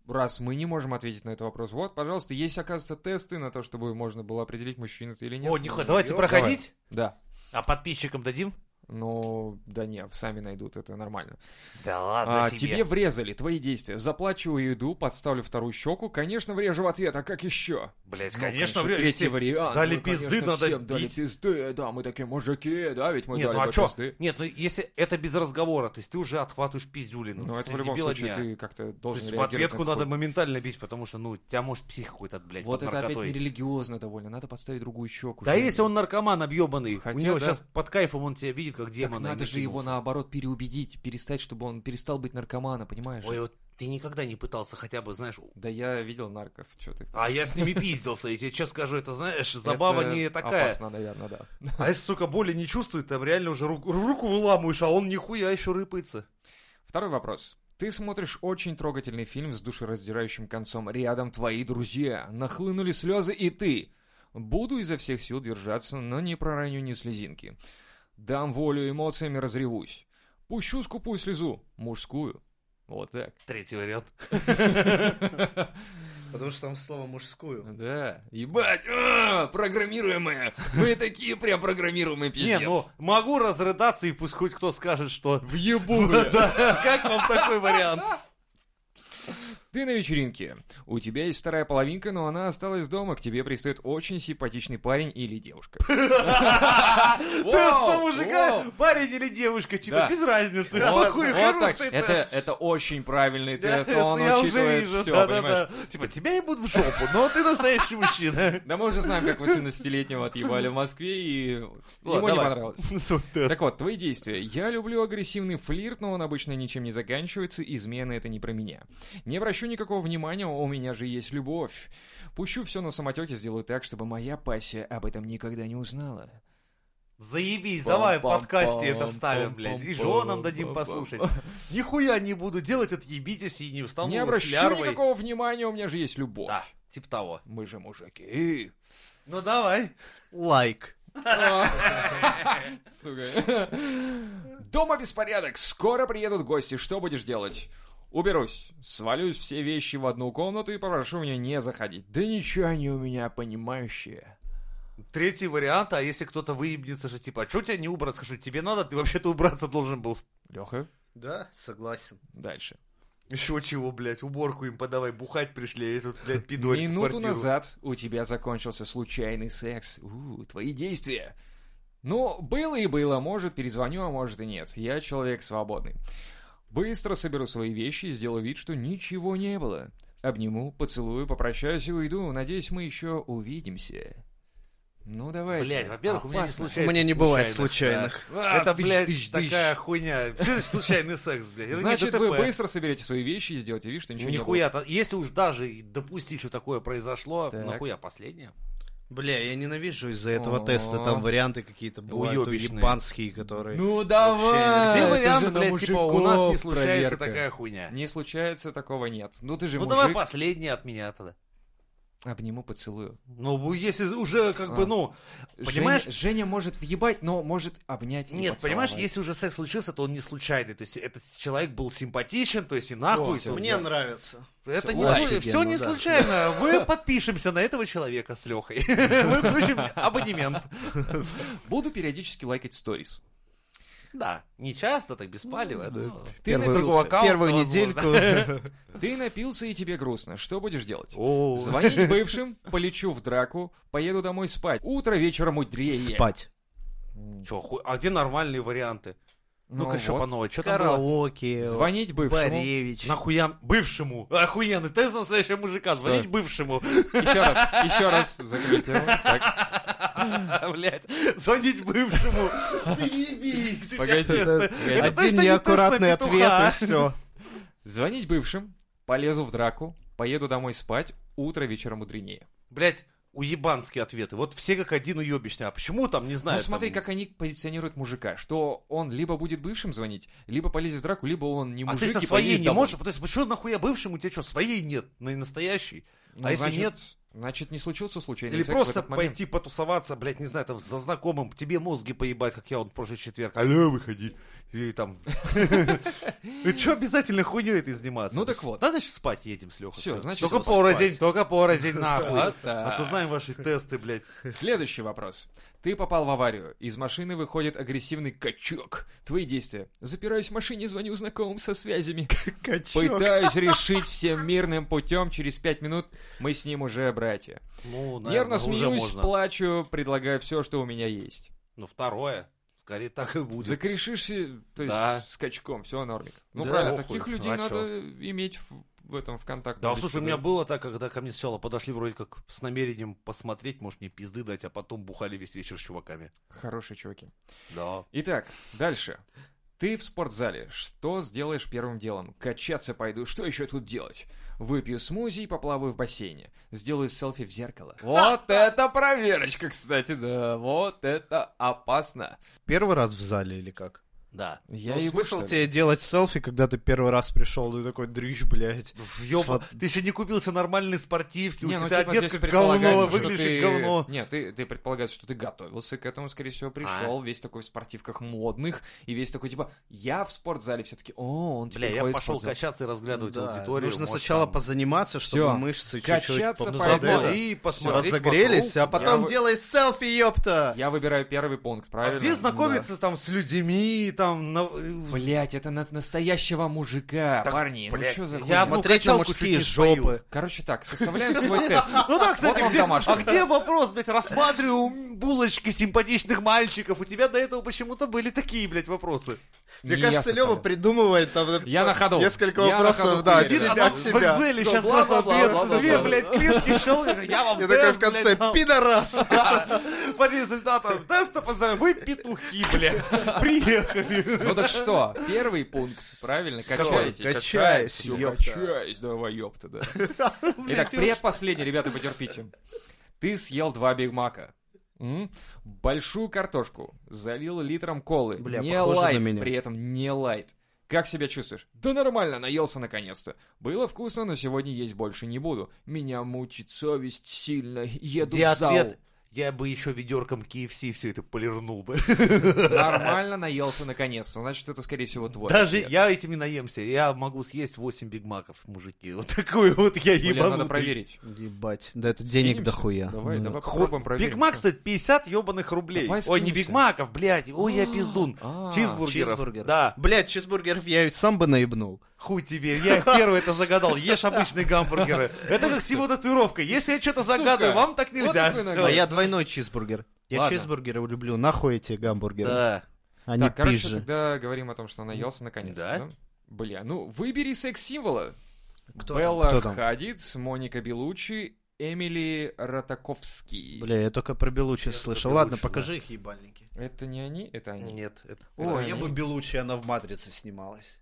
Speaker 2: раз мы не можем ответить на этот вопрос, вот, пожалуйста, есть, оказывается, тесты на то, чтобы можно было определить, мужчина ты или нет.
Speaker 1: О, нихуя, давайте
Speaker 3: Давай.
Speaker 1: проходить,
Speaker 2: Да.
Speaker 1: а подписчикам дадим?
Speaker 2: Но, да не, сами найдут, это нормально.
Speaker 1: Да ладно
Speaker 2: А, тебе врезали, твои действия. Заплачиваю еду, подставлю вторую щеку, конечно, врежу в ответ, а как еще?
Speaker 1: Блять,
Speaker 2: Ну,
Speaker 1: конечно, вряд ли.
Speaker 2: третий вариант.
Speaker 1: дали
Speaker 2: Ну,
Speaker 1: пизды,
Speaker 2: конечно,
Speaker 1: надо
Speaker 2: всем дали
Speaker 1: бить.
Speaker 2: пизды, да, мы такие мужики, да, ведь мы
Speaker 1: Нет,
Speaker 2: дали
Speaker 1: ну а
Speaker 2: бы
Speaker 1: чё?
Speaker 2: пизды.
Speaker 1: Нет, ну если это без разговора, то есть ты уже отхватываешь пиздюлину.
Speaker 2: Ну, это в
Speaker 1: среди
Speaker 2: любом
Speaker 1: бела
Speaker 2: случае
Speaker 1: дня.
Speaker 2: ты как-то
Speaker 1: То
Speaker 2: должен
Speaker 1: есть в
Speaker 2: реагировать на
Speaker 1: ответку
Speaker 2: этот
Speaker 1: надо
Speaker 2: ход.
Speaker 1: моментально бить, потому что, ну, тебя может псих какой-то, блядь,
Speaker 2: Вот
Speaker 1: под
Speaker 2: это
Speaker 1: наркотой.
Speaker 2: опять нерелигиозно довольно. Надо подставить другую щеку.
Speaker 1: Да
Speaker 2: чтобы-
Speaker 1: если он наркоман объебанный, у
Speaker 2: Хотя,
Speaker 1: него
Speaker 2: да.
Speaker 1: сейчас под кайфом он тебя видит, как
Speaker 2: Так
Speaker 1: демона. и
Speaker 2: надо же его
Speaker 1: накинулся.
Speaker 2: наоборот переубедить, перестать, чтобы он перестал быть наркоманом, понимаешь?
Speaker 1: Ой, вот ты никогда не пытался хотя бы, знаешь...
Speaker 2: Да я видел нарков, что ты.
Speaker 1: А я с ними пиздился, и тебе честно скажу, это, знаешь, забава
Speaker 2: Это
Speaker 1: не такая.
Speaker 2: Опасно, наверное, да.
Speaker 1: А если, сука, боли не чувствует, там реально уже руку, руку выламываешь, а он нихуя еще рыпается.
Speaker 2: Второй вопрос. Ты смотришь очень трогательный фильм с душераздирающим концом. Рядом твои друзья. Нахлынули слезы и ты. Буду изо всех сил держаться, но не пророню ни слезинки. Дам волю эмоциями, разревусь. Пущу скупую слезу. Мужскую. Вот так.
Speaker 1: Третий вариант.
Speaker 3: Потому что там слово мужскую.
Speaker 2: Да, ебать, а, программируемые. Мы такие прям программируемые пиздец.
Speaker 1: Не, ну, могу разрыдаться, и пусть хоть кто скажет, что...
Speaker 2: В ебу, бля.
Speaker 1: Да, как вам такой вариант?
Speaker 2: Ты на вечеринке. У тебя есть вторая половинка, но она осталась дома. К тебе пристает очень симпатичный парень или девушка.
Speaker 1: Тест
Speaker 2: Вау,
Speaker 1: на мужика,
Speaker 2: вау.
Speaker 1: парень или девушка, типа,
Speaker 2: Да.
Speaker 1: без разницы.
Speaker 2: Вот,
Speaker 1: Какой
Speaker 2: вот так.
Speaker 1: хороший
Speaker 2: Это,
Speaker 1: тест.
Speaker 2: это очень правильный
Speaker 1: Да,
Speaker 2: тест, он
Speaker 1: я уже
Speaker 2: учитывает
Speaker 1: вижу,
Speaker 2: все,
Speaker 1: да-да-да. Типа, тебя я буду в жопу, но ты настоящий мужчина.
Speaker 2: Да мы уже знаем, как 18-летнего отъебали в Москве, и ему
Speaker 1: Ладно,
Speaker 2: не
Speaker 1: давай.
Speaker 2: понравилось.
Speaker 1: Суть теста.
Speaker 2: Так вот, твои действия. Я люблю агрессивный флирт, но он обычно ничем не заканчивается, и измены это не про меня. Не обращу никакого внимания, у меня же есть любовь. Пущу все на самотеке, сделаю так, чтобы моя пассия об этом никогда не узнала.
Speaker 1: Заебись, давай в
Speaker 2: Пам-пам-пам,
Speaker 1: подкасте это вставим, блядь. И женам
Speaker 2: пам-пам-пам.
Speaker 1: дадим послушать. Нихуя не буду делать, отъебитесь и не встану
Speaker 2: не
Speaker 1: с
Speaker 2: обращу
Speaker 1: лярвой.
Speaker 2: никакого внимания, у меня же есть любовь.
Speaker 1: Да, типа того.
Speaker 2: Мы же мужики.
Speaker 1: Ну давай.
Speaker 3: Лайк.
Speaker 2: Сука. Дома беспорядок. Скоро приедут гости. Что будешь делать? Уберусь, свалюсь все вещи в одну комнату и попрошу меня не заходить. Да ничего они у меня понимающие.
Speaker 1: Третий вариант, а если кто-то выебнется, что типа, а что тебя не убрать? Скажу, тебе надо, ты вообще-то убраться должен был.
Speaker 2: Леха,
Speaker 3: Да, согласен.
Speaker 2: дальше.
Speaker 1: Еще чего, блядь, уборку им подавай, бухать пришли, и тут, блядь, пидорит в
Speaker 2: Минуту
Speaker 1: квартиру.
Speaker 2: назад у тебя закончился случайный секс. У, твои действия. Ну, было и было, может, перезвоню, а может и нет. Я человек свободный. Быстро соберу свои вещи и сделаю вид, что ничего не было. Обниму, поцелую, попрощаюсь и уйду. Надеюсь, мы еще увидимся. Ну, давайте.
Speaker 1: Блядь, во-первых, у меня не
Speaker 2: Опасно.
Speaker 1: случается
Speaker 3: Мне не бывает случайных.
Speaker 1: да.
Speaker 2: А,
Speaker 1: Это,
Speaker 2: тыщ,
Speaker 1: блядь,
Speaker 2: тыщ, тыщ.
Speaker 1: такая хуйня. Что значит случайный секс, блядь? Это не
Speaker 2: Значит, вы
Speaker 1: ДТП. Ну,
Speaker 2: быстро соберете свои вещи и сделаете вид, что ничего не
Speaker 1: Нихуя, та- если уж даже и допустить, что такое произошло,
Speaker 2: Так.
Speaker 1: нахуя последнее?
Speaker 3: Бля, я ненавижу из-за этого
Speaker 2: О.
Speaker 3: теста. Там варианты какие-то бывают
Speaker 1: Уёбищные.
Speaker 3: ебанские, которые...
Speaker 2: было. Ну,
Speaker 3: давай,
Speaker 2: давай!
Speaker 1: Где вариант, блядь, типа, у нас не случается такая хуйня.
Speaker 2: Не случается, такого нет. Ну ты же
Speaker 1: Ну
Speaker 2: мужик.
Speaker 1: давай последний от меня тогда.
Speaker 2: Обниму, поцелую.
Speaker 1: Ну, если уже как бы,
Speaker 2: А.
Speaker 1: ну, Понимаешь?
Speaker 2: Женя, Женя может въебать, но может обнять и
Speaker 1: нет,
Speaker 2: поцеловать.
Speaker 1: Типа, понимаешь, если уже секс случился, то он не случайный. То есть этот человек был симпатичен, то есть и нахуй.
Speaker 3: Ой,
Speaker 1: то-
Speaker 3: Мне нравится.
Speaker 1: это
Speaker 2: всё,
Speaker 1: не
Speaker 3: ладно,
Speaker 1: все
Speaker 3: офигенно,
Speaker 1: не
Speaker 3: да.
Speaker 1: случайно. Мы подпишемся на этого человека с Лехой. Мы включим абонемент.
Speaker 2: Буду периодически лайкать сторис.
Speaker 1: Да, не часто, так беспалево. но-
Speaker 2: Ты
Speaker 3: Первую-
Speaker 2: напился.
Speaker 3: Первую
Speaker 1: возможно.
Speaker 3: недельку.
Speaker 2: Ты напился и тебе грустно. Что будешь делать?
Speaker 1: О,
Speaker 2: Звонить бывшим, полечу в драку, поеду домой спать. Утро вечером мудрее.
Speaker 3: Спать.
Speaker 1: чё, хуй- а где нормальные варианты?
Speaker 2: Ну,
Speaker 1: Ну-ка еще
Speaker 2: вот.
Speaker 1: по новой. Что там было?
Speaker 3: Караоке.
Speaker 2: Звонить бывшему.
Speaker 3: Баревич.
Speaker 1: Нахуя бывшему? Охуенный тест на настоящего мужика.
Speaker 2: Стой.
Speaker 1: Звонить бывшему.
Speaker 2: Еще раз, еще раз закрыть тему. Так,
Speaker 1: Блять, звонить бывшему. Съебись. у тебя
Speaker 2: Погоди,
Speaker 1: тесто.
Speaker 2: да, погоди.
Speaker 1: Это точно
Speaker 3: Один
Speaker 1: не
Speaker 3: неаккуратный
Speaker 1: тест на
Speaker 3: ответ,
Speaker 1: петуха. а?
Speaker 3: и все.
Speaker 2: Звонить бывшим, полезу в драку, поеду домой спать. Утро вечером мудренее.
Speaker 1: Блять, уебанские ответы. Вот все как один уебищный. А почему там, не знаю.
Speaker 2: Ну смотри,
Speaker 1: там-
Speaker 2: как они позиционируют мужика, что он либо будет бывшим звонить, либо полезет в драку, либо он не
Speaker 1: А
Speaker 2: мужик
Speaker 1: ты со
Speaker 2: и
Speaker 1: своей
Speaker 2: поедет
Speaker 1: не
Speaker 2: домой.
Speaker 1: можешь? То есть, почему нахуя бывшему? У тебя что, своей нет? На- Настоящий?
Speaker 2: Ну,
Speaker 1: а если
Speaker 2: значит,
Speaker 1: нет?
Speaker 2: Значит, не случился случайный
Speaker 1: Или
Speaker 2: секс в
Speaker 1: просто
Speaker 2: этот момент.
Speaker 1: пойти потусоваться, блядь, не знаю, там, за знакомым, тебе мозги поебать, как я вот в прошлый четверг. Алло, выходи. И там... И чё обязательно хуйнёй этой заниматься?
Speaker 2: Ну так вот.
Speaker 1: Надо еще спать едем с Лехой.
Speaker 2: Всё, значит,
Speaker 1: Только
Speaker 2: всё,
Speaker 1: порознь,
Speaker 2: спать.
Speaker 1: только порознь, нахуй.
Speaker 2: Вот так.
Speaker 1: А то знаем ваши тесты, блядь.
Speaker 2: Следующий вопрос. Ты попал в аварию. Из машины выходит агрессивный качок. Твои действия. Запираюсь в машине, звоню знакомым со связями.
Speaker 3: Качок.
Speaker 2: Пытаюсь решить всем мирным путем. Через пять минут мы с ним уже братья.
Speaker 1: Ну,
Speaker 2: Нервно
Speaker 1: наверное, уже
Speaker 2: смеюсь,
Speaker 1: можно.
Speaker 2: плачу, предлагаю все, что у меня есть.
Speaker 1: Ну, второе. Скорее так и будет.
Speaker 2: Закрешишься, то есть
Speaker 1: Да.
Speaker 2: с качком, все нормик. Ну
Speaker 1: Да,
Speaker 2: правильно,
Speaker 1: похуй.
Speaker 2: таких людей
Speaker 1: А
Speaker 2: надо иметь в, в этом ВКонтакте.
Speaker 1: Да,
Speaker 2: или
Speaker 1: слушай, у
Speaker 2: что-то.
Speaker 1: меня было так, когда ко мне сначала подошли вроде как с намерением посмотреть, может, мне пизды дать, а потом бухали весь вечер с чуваками.
Speaker 2: Хорошие чуваки.
Speaker 1: Да.
Speaker 2: Итак, дальше. Ты в спортзале. Что сделаешь первым делом? Качаться пойду. Что еще тут делать? Выпью смузи и поплаваю в бассейне. Сделаю селфи в зеркало. Вот это проверочка, кстати, да. Вот это опасно.
Speaker 3: Первый раз в зале или как?
Speaker 1: Да.
Speaker 2: Я
Speaker 3: ну,
Speaker 2: ебу,
Speaker 3: смысл
Speaker 2: что ли?
Speaker 3: тебе делать селфи, когда ты первый раз пришел, ты такой дрыщ, блядь.
Speaker 1: Ну, ёба, ты еще не купился нормальной спортивки,
Speaker 2: Не,
Speaker 1: у
Speaker 2: ну,
Speaker 1: тебя
Speaker 2: типа,
Speaker 1: одет
Speaker 2: здесь
Speaker 1: как говно,
Speaker 2: предполагается, что
Speaker 1: выглядишь
Speaker 2: ты-
Speaker 1: как говно. А?
Speaker 2: Нет, ты, ты предполагается, что ты готовился к этому, скорее всего, пришел, весь такой в спортивках модных, и весь такой, типа, я в спортзале все-таки, о, он
Speaker 1: Бля,
Speaker 2: теперь
Speaker 1: я
Speaker 2: ходит в
Speaker 1: пошел
Speaker 2: спортзал».
Speaker 1: качаться и разглядывать
Speaker 3: Да,
Speaker 1: аудиторию.
Speaker 3: Нужно
Speaker 1: может,
Speaker 3: сначала
Speaker 1: там-
Speaker 3: позаниматься, чтобы
Speaker 2: Всё.
Speaker 3: мышцы чуть-чуть
Speaker 2: Качаться
Speaker 1: Ну,
Speaker 2: пойду.
Speaker 1: заодно
Speaker 2: Да.
Speaker 3: подзадели,
Speaker 1: и
Speaker 3: всё,
Speaker 1: посмотреть
Speaker 3: разогрелись, а
Speaker 1: вокруг.
Speaker 3: потом
Speaker 2: Я-
Speaker 3: делай селфи, ёпта!
Speaker 2: Я выбираю первый пункт, правильно?
Speaker 1: А Где знакомиться там с людьми, там... на- э,
Speaker 2: Блять, это на- настоящего мужика,
Speaker 1: Так,
Speaker 2: парни. ну
Speaker 1: блядь,
Speaker 2: что за
Speaker 1: я
Speaker 2: хуйня?
Speaker 1: бы-
Speaker 3: Смотреть на
Speaker 1: качалку чуть
Speaker 3: мужские
Speaker 1: не споил.
Speaker 3: жопы.
Speaker 2: Короче так, составляем свой тест.
Speaker 1: Ну да, кстати,
Speaker 2: Вот вам
Speaker 1: где,
Speaker 2: домашка.
Speaker 1: а где вопрос, блядь, рассматриваю м, булочки симпатичных мальчиков, у тебя до этого почему-то были такие, блядь, вопросы.
Speaker 3: Мне
Speaker 2: Не
Speaker 3: кажется,
Speaker 2: я
Speaker 3: Лева
Speaker 2: составляю.
Speaker 3: придумывает там
Speaker 2: Я на ходу.
Speaker 3: несколько
Speaker 2: Я на
Speaker 3: вопросов,
Speaker 2: ходу
Speaker 3: да,
Speaker 2: хуярю.
Speaker 3: от
Speaker 1: Один,
Speaker 3: себя,
Speaker 1: она
Speaker 3: от
Speaker 1: в
Speaker 3: себя.
Speaker 1: Excel
Speaker 2: Да,
Speaker 1: сейчас
Speaker 2: бла-бла-бла,
Speaker 1: просто две,
Speaker 2: бла-бла-бла.
Speaker 1: две, блядь, клетки шел, я вам
Speaker 3: Я такой в
Speaker 1: тест,
Speaker 3: конце,
Speaker 1: блядь, дам.
Speaker 3: пидорас!
Speaker 1: По результатам теста поздравляю, вы петухи, блядь, приехали.
Speaker 2: Ну так что, первый пункт, правильно,
Speaker 3: Всё,
Speaker 2: качайтесь.
Speaker 3: качаюсь,
Speaker 2: Всё,
Speaker 3: ёпта.
Speaker 2: качаюсь, давай, ёпта, да. Итак, предпоследний, ребята, потерпите. Ты съел два Биг Мака. М? Большую картошку, залил литром колы.
Speaker 3: Бля,
Speaker 2: не
Speaker 3: похоже на
Speaker 2: лайт,
Speaker 3: меня.
Speaker 2: при этом не лайт. Как себя чувствуешь? Да нормально, наелся наконец-то. Было вкусно, но сегодня есть больше не буду. Меня мучит совесть сильно. Еду в зал.
Speaker 1: Я бы еще ведерком KFC все это полирнул бы.
Speaker 2: Нормально наелся наконец-то. Значит, это, скорее всего, твой.
Speaker 1: Даже
Speaker 2: ответ.
Speaker 1: я этим не наемся. Я могу съесть 8 бигмаков, мужики. Вот такой вот я
Speaker 2: Бля, надо
Speaker 1: ебанутый.
Speaker 2: проверить.
Speaker 3: Ебать, да это
Speaker 2: денег
Speaker 3: денег
Speaker 2: дохуя.
Speaker 3: дохуя. Ну,
Speaker 2: Давай, давай
Speaker 1: Ху-
Speaker 2: попробуем проверить.
Speaker 1: Бигмак стоит 50 ебаных рублей.
Speaker 2: Давай
Speaker 1: Ой, не
Speaker 2: скинемся.
Speaker 1: бигмаков, блядь. Ой, я пиздун.
Speaker 2: А,
Speaker 1: Чизбургеров.
Speaker 3: чизбургер.
Speaker 1: Да,
Speaker 3: Блять, чизбургеров я ведь сам бы наебнул.
Speaker 1: хуй тебе. Я первый это загадал. Ешь обычные гамбургеры. Это же всего татуировка. Если я что-то
Speaker 2: Сука.
Speaker 1: загадываю, вам так
Speaker 2: Вот
Speaker 1: нельзя.
Speaker 2: такой наглец.
Speaker 3: А я двойной чизбургер. Я
Speaker 2: Ладно.
Speaker 3: чизбургеры люблю, нахуй эти гамбургеры.
Speaker 1: Да.
Speaker 3: Они
Speaker 2: Так, короче,
Speaker 3: пизжи.
Speaker 2: тогда говорим о том, что наелся наконец-то.
Speaker 1: Да.
Speaker 2: да? Бля, ну выбери секс-символа.
Speaker 3: Кто там?
Speaker 2: Белла
Speaker 3: Кто там?
Speaker 2: Хадидс, Моника Белучи, Эмили Ротаковский.
Speaker 3: Бля, я только про Белучи
Speaker 1: Я только
Speaker 3: слышал.
Speaker 1: Белучи
Speaker 3: Ладно,
Speaker 1: знаю.
Speaker 3: покажи их ебальники.
Speaker 2: Это не они, это они.
Speaker 1: Нет. это-
Speaker 3: О,
Speaker 2: Это
Speaker 3: я
Speaker 2: они.
Speaker 3: бы Белучи, она в Матрице снималась.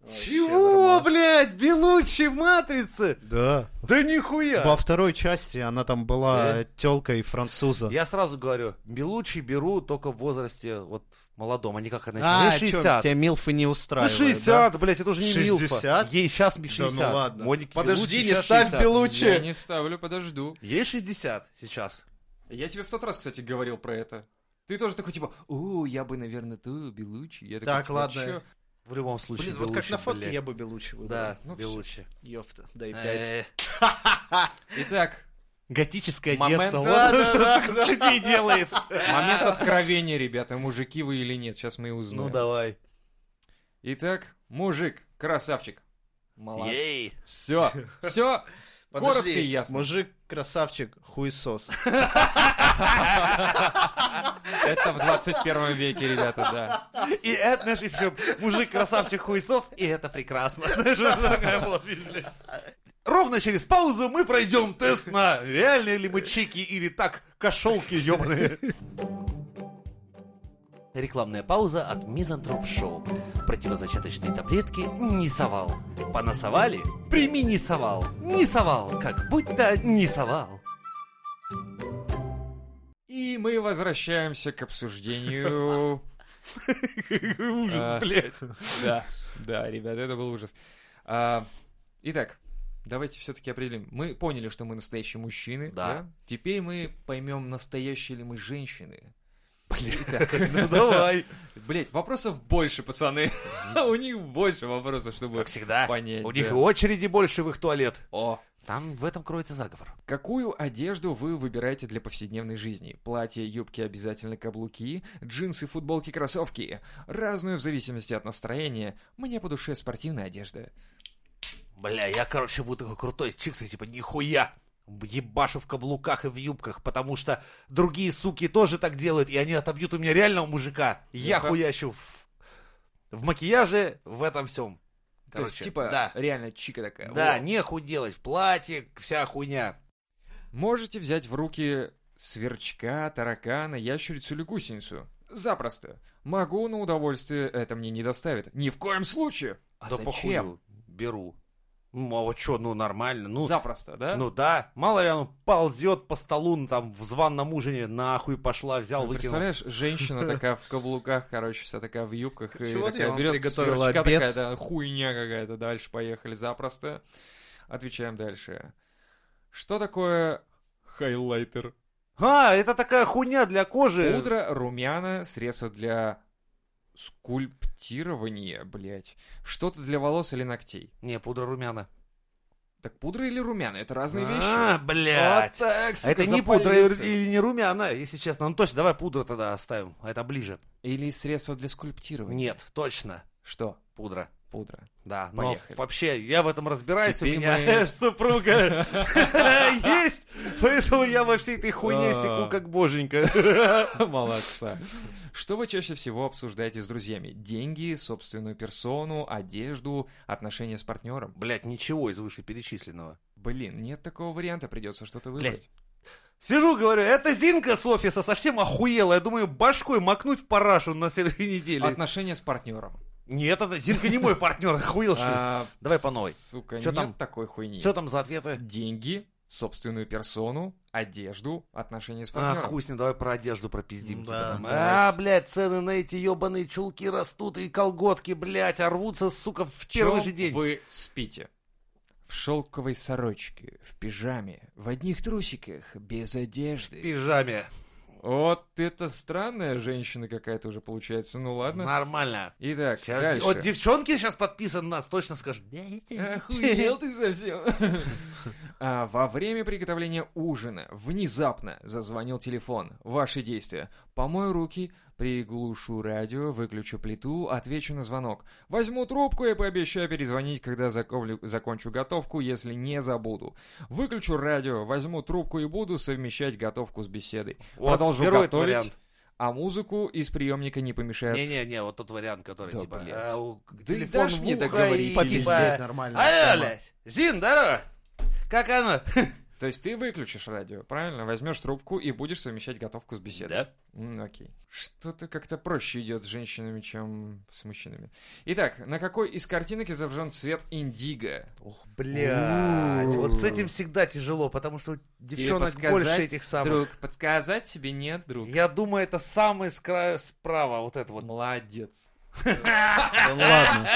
Speaker 3: Вообще
Speaker 1: Чего,
Speaker 3: нормас.
Speaker 1: блядь, Белучи Матрицы?
Speaker 3: Да.
Speaker 1: Да нихуя!
Speaker 3: Во второй части она там была
Speaker 1: Да?
Speaker 3: э, тёлкой француза.
Speaker 1: Я сразу говорю, Белучи беру только в возрасте вот молодом, а не как она
Speaker 3: А,
Speaker 1: еще.
Speaker 3: чё,
Speaker 1: Мне 60.
Speaker 3: тебя милфы не
Speaker 1: Ну,
Speaker 3: устраивают,
Speaker 1: 60, блядь, это уже не
Speaker 3: 60?
Speaker 1: Милфа. Ей сейчас
Speaker 3: да?
Speaker 1: 60.
Speaker 3: Да ну ладно.
Speaker 1: Монике
Speaker 3: Подожди,
Speaker 1: Беллуччи
Speaker 3: не
Speaker 1: щас
Speaker 3: ставь
Speaker 1: 60.
Speaker 2: Я
Speaker 3: Белучи.
Speaker 2: не ставлю, подожду.
Speaker 1: Ей 60 сейчас.
Speaker 2: Я тебе в тот раз, кстати, говорил про это. Ты тоже такой, типа, о, я бы, наверное, ту, Белучи. Я такой,
Speaker 3: Так,
Speaker 2: типа,
Speaker 3: ладно.
Speaker 2: «Чё?»
Speaker 1: В любом случае,
Speaker 3: Блин, вот как
Speaker 1: Беллуччи,
Speaker 3: на фотке
Speaker 1: блядь.
Speaker 3: я бы Белучи выбрал.
Speaker 1: Да,
Speaker 2: Ну,
Speaker 1: Белучи.
Speaker 3: Ёпта, да и пять.
Speaker 1: Э,
Speaker 2: Итак,
Speaker 1: Готическое
Speaker 2: Момент.
Speaker 1: детство. Вот
Speaker 3: Да,
Speaker 1: оно
Speaker 3: да,
Speaker 1: что
Speaker 3: да,
Speaker 1: с людьми делает.
Speaker 2: момент откровения, ребята, мужики вы или нет, сейчас мы и узнаем.
Speaker 1: Ну, давай.
Speaker 2: Итак, мужик, красавчик. Молодец.
Speaker 1: Ей.
Speaker 2: Все, все.
Speaker 3: Подожди,
Speaker 2: Коротко и ясно.
Speaker 3: Мужик, красавчик, хуесос.
Speaker 2: Это в 21 веке, ребята, да.
Speaker 1: И это, знаешь, и всё. мужик красавчик хуесос, и это прекрасно. Знаешь, вот такая подпись, блядь. Ровно через паузу мы пройдем тест на реальные ли мы чеки или так кошелки ебаные. Рекламная пауза от Мизантроп Шоу. Противозачаточные таблетки не совал. Понасовали? Прими не совал. Не совал, как будто не совал.
Speaker 2: И мы возвращаемся к обсуждению. А.
Speaker 1: блядь.
Speaker 2: Да, да, ребята, это был ужас. А, Итак, Давайте все-таки определим. Мы поняли, что мы настоящие мужчины.
Speaker 1: Да.
Speaker 2: Теперь мы поймем, настоящие ли мы женщины.
Speaker 1: Ну давай.
Speaker 2: Блять, вопросов больше, пацаны. У них больше вопросов, чтобы
Speaker 1: Как всегда.
Speaker 2: понять.
Speaker 1: У них и
Speaker 2: да.
Speaker 1: очереди больше в их туалет.
Speaker 2: О,
Speaker 1: Там в этом кроется заговор.
Speaker 2: Какую одежду вы выбираете для повседневной жизни? Платья, юбки, обязательно каблуки, джинсы, футболки, кроссовки. Разную в зависимости от настроения. Мне по душе спортивная одежда.
Speaker 1: Бля, я, короче, буду такой крутой чикс, и типа, нихуя! Ебашу в каблуках и в юбках, потому что другие суки тоже так делают, и они отобьют у меня реального мужика. Я
Speaker 2: Ну-ка.
Speaker 1: хуящу в, в макияже, в этом всем.
Speaker 2: То есть,
Speaker 1: Короче,
Speaker 2: типа, э,
Speaker 1: да.
Speaker 2: реально чика такая.
Speaker 1: Да,
Speaker 2: Во.
Speaker 1: нехуй делать, в платье, вся хуйня.
Speaker 2: Можете взять в руки сверчка, таракана, ящерицу или гусеницу. Запросто. Могу, но удовольствие это мне не доставит. Ни в коем случае. А
Speaker 1: да
Speaker 2: зачем?
Speaker 1: похую, беру. Ну, а вот чё, ну нормально, ну...
Speaker 2: Запросто, да?
Speaker 1: Ну да, мало ли оно ползет по столу, ну, там, в званном ужине, нахуй пошла, взял,
Speaker 2: Ну,
Speaker 1: выкинул.
Speaker 2: Представляешь, женщина такая в каблуках, короче, вся такая в юбках. И
Speaker 3: Чего-то я
Speaker 2: такая
Speaker 3: вам
Speaker 2: берет
Speaker 3: приготовила
Speaker 2: сверчка,
Speaker 3: обед.
Speaker 2: такая, да, хуйня какая-то. Дальше поехали запросто. Отвечаем дальше. Что такое хайлайтер?
Speaker 1: А, это такая хуйня для кожи.
Speaker 2: Пудра, румяна, средство для скульптирования, блять. Что-то для волос или ногтей.
Speaker 1: Не, пудра румяна.
Speaker 2: Так пудра или румяна? Это разные вещи.
Speaker 1: А, блядь. А
Speaker 2: Вот так, сука,
Speaker 1: это не пудра
Speaker 2: запалился.
Speaker 1: или не румяна, если честно. Ну точно, давай пудру тогда оставим. Это ближе.
Speaker 2: Или средство для скульптирования.
Speaker 1: Нет, точно.
Speaker 2: Что?
Speaker 1: Пудра.
Speaker 2: Пудра.
Speaker 1: Да,
Speaker 2: Поехали.
Speaker 1: но вообще я в этом разбираюсь,
Speaker 2: Теперь
Speaker 1: у меня
Speaker 2: мы-
Speaker 1: супруга есть, поэтому я во всей этой хуйне
Speaker 2: А.
Speaker 1: секу как боженька.
Speaker 2: Молодца. Что вы чаще всего обсуждаете с друзьями? Деньги, собственную персону, одежду, отношения с партнером?
Speaker 1: Блять, ничего из вышеперечисленного.
Speaker 2: Блин, нет такого варианта, придется что-то
Speaker 1: Блядь.
Speaker 2: выбрать.
Speaker 1: Сижу, говорю, это Зинка с офиса совсем охуела. Я думаю, башкой макнуть в парашу на следующей неделе.
Speaker 2: Отношения с партнером.
Speaker 1: Нет, это Зинка не мой партнер, охуел что ли?
Speaker 2: А,
Speaker 1: Давай по новой.
Speaker 2: Сука,
Speaker 1: Чё
Speaker 2: нет
Speaker 1: там?
Speaker 2: такой хуйни.
Speaker 1: Что там за ответы?
Speaker 2: Деньги, собственную персону, одежду, отношения с
Speaker 1: А,
Speaker 2: партнером.
Speaker 1: хуй с ним, давай про одежду пропиздим.
Speaker 3: Да,
Speaker 1: типа там.
Speaker 3: давайте.
Speaker 1: А, блядь, цены на эти ебаные чулки растут, и колготки, блядь, а рвутся, сука, в
Speaker 2: В чём
Speaker 1: первый же день.
Speaker 2: вы спите? В шелковой сорочке, в пижаме, в одних трусиках, без одежды.
Speaker 1: В пижаме.
Speaker 2: Вот это странная женщина какая-то уже получается. Ну ладно.
Speaker 1: Нормально.
Speaker 2: Итак,
Speaker 1: Сейчас,
Speaker 2: дальше.
Speaker 1: Вот девчонки сейчас подписан нас, точно скажут.
Speaker 2: Охуел ты совсем. А, во время приготовления ужина внезапно зазвонил телефон. Ваши действия. Помою руки, приглушу радио, выключу плиту, отвечу на звонок. Возьму трубку и пообещаю перезвонить, когда заковлю- закончу готовку, если не забуду. Выключу радио, возьму трубку и буду совмещать готовку с беседой.
Speaker 1: Вот,
Speaker 2: Продолжу
Speaker 1: первый
Speaker 2: готовить,
Speaker 1: вариант.
Speaker 2: а музыку из приемника не помешает.
Speaker 1: Не-не-не, вот тот вариант, который,
Speaker 2: Да,
Speaker 1: типа,
Speaker 2: блядь.
Speaker 1: а, у-
Speaker 2: Да и
Speaker 1: телефон
Speaker 2: дашь
Speaker 1: в
Speaker 2: мне
Speaker 1: ухо
Speaker 2: договорить,
Speaker 1: и,
Speaker 3: Попиздеть
Speaker 1: типа,
Speaker 3: нормально.
Speaker 1: алло,
Speaker 3: Тема.
Speaker 1: блядь, Зин, здорово, как оно?
Speaker 2: То есть ты выключишь радио, правильно? Возьмешь трубку и будешь совмещать готовку с беседой. М, окей. Что-то как-то проще идет с женщинами, чем с мужчинами. Итак, на какой из картинок изображен цвет индиго?
Speaker 1: Ух, блядь,
Speaker 2: У-у-у.
Speaker 1: вот с этим всегда тяжело, потому что у
Speaker 2: Тебе
Speaker 1: девчонок
Speaker 2: подсказать,
Speaker 1: больше этих самых.
Speaker 2: Друг, подсказать тебе нет, друг.
Speaker 1: Я думаю, это самый с краю справа, вот это вот.
Speaker 2: Молодец.
Speaker 3: Да ну ладно.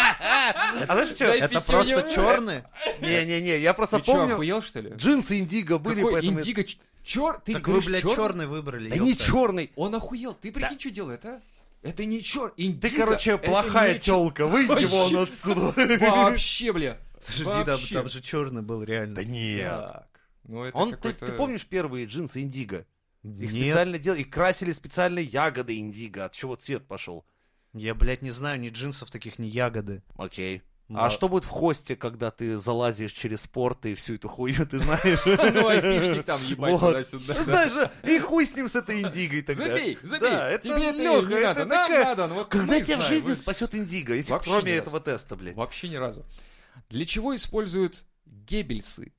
Speaker 1: А знаешь что?
Speaker 2: Дай
Speaker 3: Это
Speaker 2: пятерню.
Speaker 3: просто черные?
Speaker 1: Не-не-не, я просто
Speaker 2: Ты что,
Speaker 1: помню,
Speaker 2: охуел, что ли?
Speaker 1: джинсы индиго были,
Speaker 2: Какой
Speaker 1: поэтому...
Speaker 2: индиго? Ч- Чёр? Ты
Speaker 3: Так вы,
Speaker 2: говоришь
Speaker 3: блядь,
Speaker 2: чёрный?
Speaker 3: черный выбрали.
Speaker 1: Да не
Speaker 3: ёпта.
Speaker 1: черный.
Speaker 2: Он охуел. Ты прикинь, что делает, а? Это не чёр, индиго.
Speaker 1: Ты, короче,
Speaker 2: это
Speaker 1: плохая
Speaker 2: не чёр.
Speaker 1: телка, выйди
Speaker 2: Вообще.
Speaker 1: вон отсюда.
Speaker 2: Вообще, бля.
Speaker 3: Подожди, там,
Speaker 2: Вообще.
Speaker 3: там же черный был реально.
Speaker 1: Да нет.
Speaker 2: Так. Ну, это
Speaker 1: Он, ты,
Speaker 2: какой-то-
Speaker 1: ты помнишь первые джинсы индиго? Их
Speaker 3: Нет,
Speaker 1: специально делали, их красили специально ягоды индиго, от чего цвет пошел.
Speaker 3: я, блядь, не знаю ни джинсов таких, ни ягоды.
Speaker 1: Окей.
Speaker 3: Да.
Speaker 1: А что будет в хосте, когда ты залазишь через порт и всю эту хуйню ты знаешь?
Speaker 2: Ну, айпишник там ебать
Speaker 1: Вот.
Speaker 2: туда-сюда.
Speaker 1: Знаешь, же, и хуй с ним с этой индигой тогда.
Speaker 2: Забей, забей.
Speaker 1: Да, это
Speaker 2: Тебе это
Speaker 1: Лёха,
Speaker 2: не
Speaker 1: это
Speaker 2: надо. Нам
Speaker 1: такая-
Speaker 2: надо. ну вот
Speaker 1: Когда
Speaker 2: мы
Speaker 1: тебя в
Speaker 2: знаем,
Speaker 1: жизни
Speaker 2: вы-
Speaker 1: спасет индиго, если
Speaker 2: Вообще
Speaker 1: кроме
Speaker 2: ни разу.
Speaker 1: этого теста, блядь.
Speaker 2: Вообще ни разу. Для чего используют геббельсы?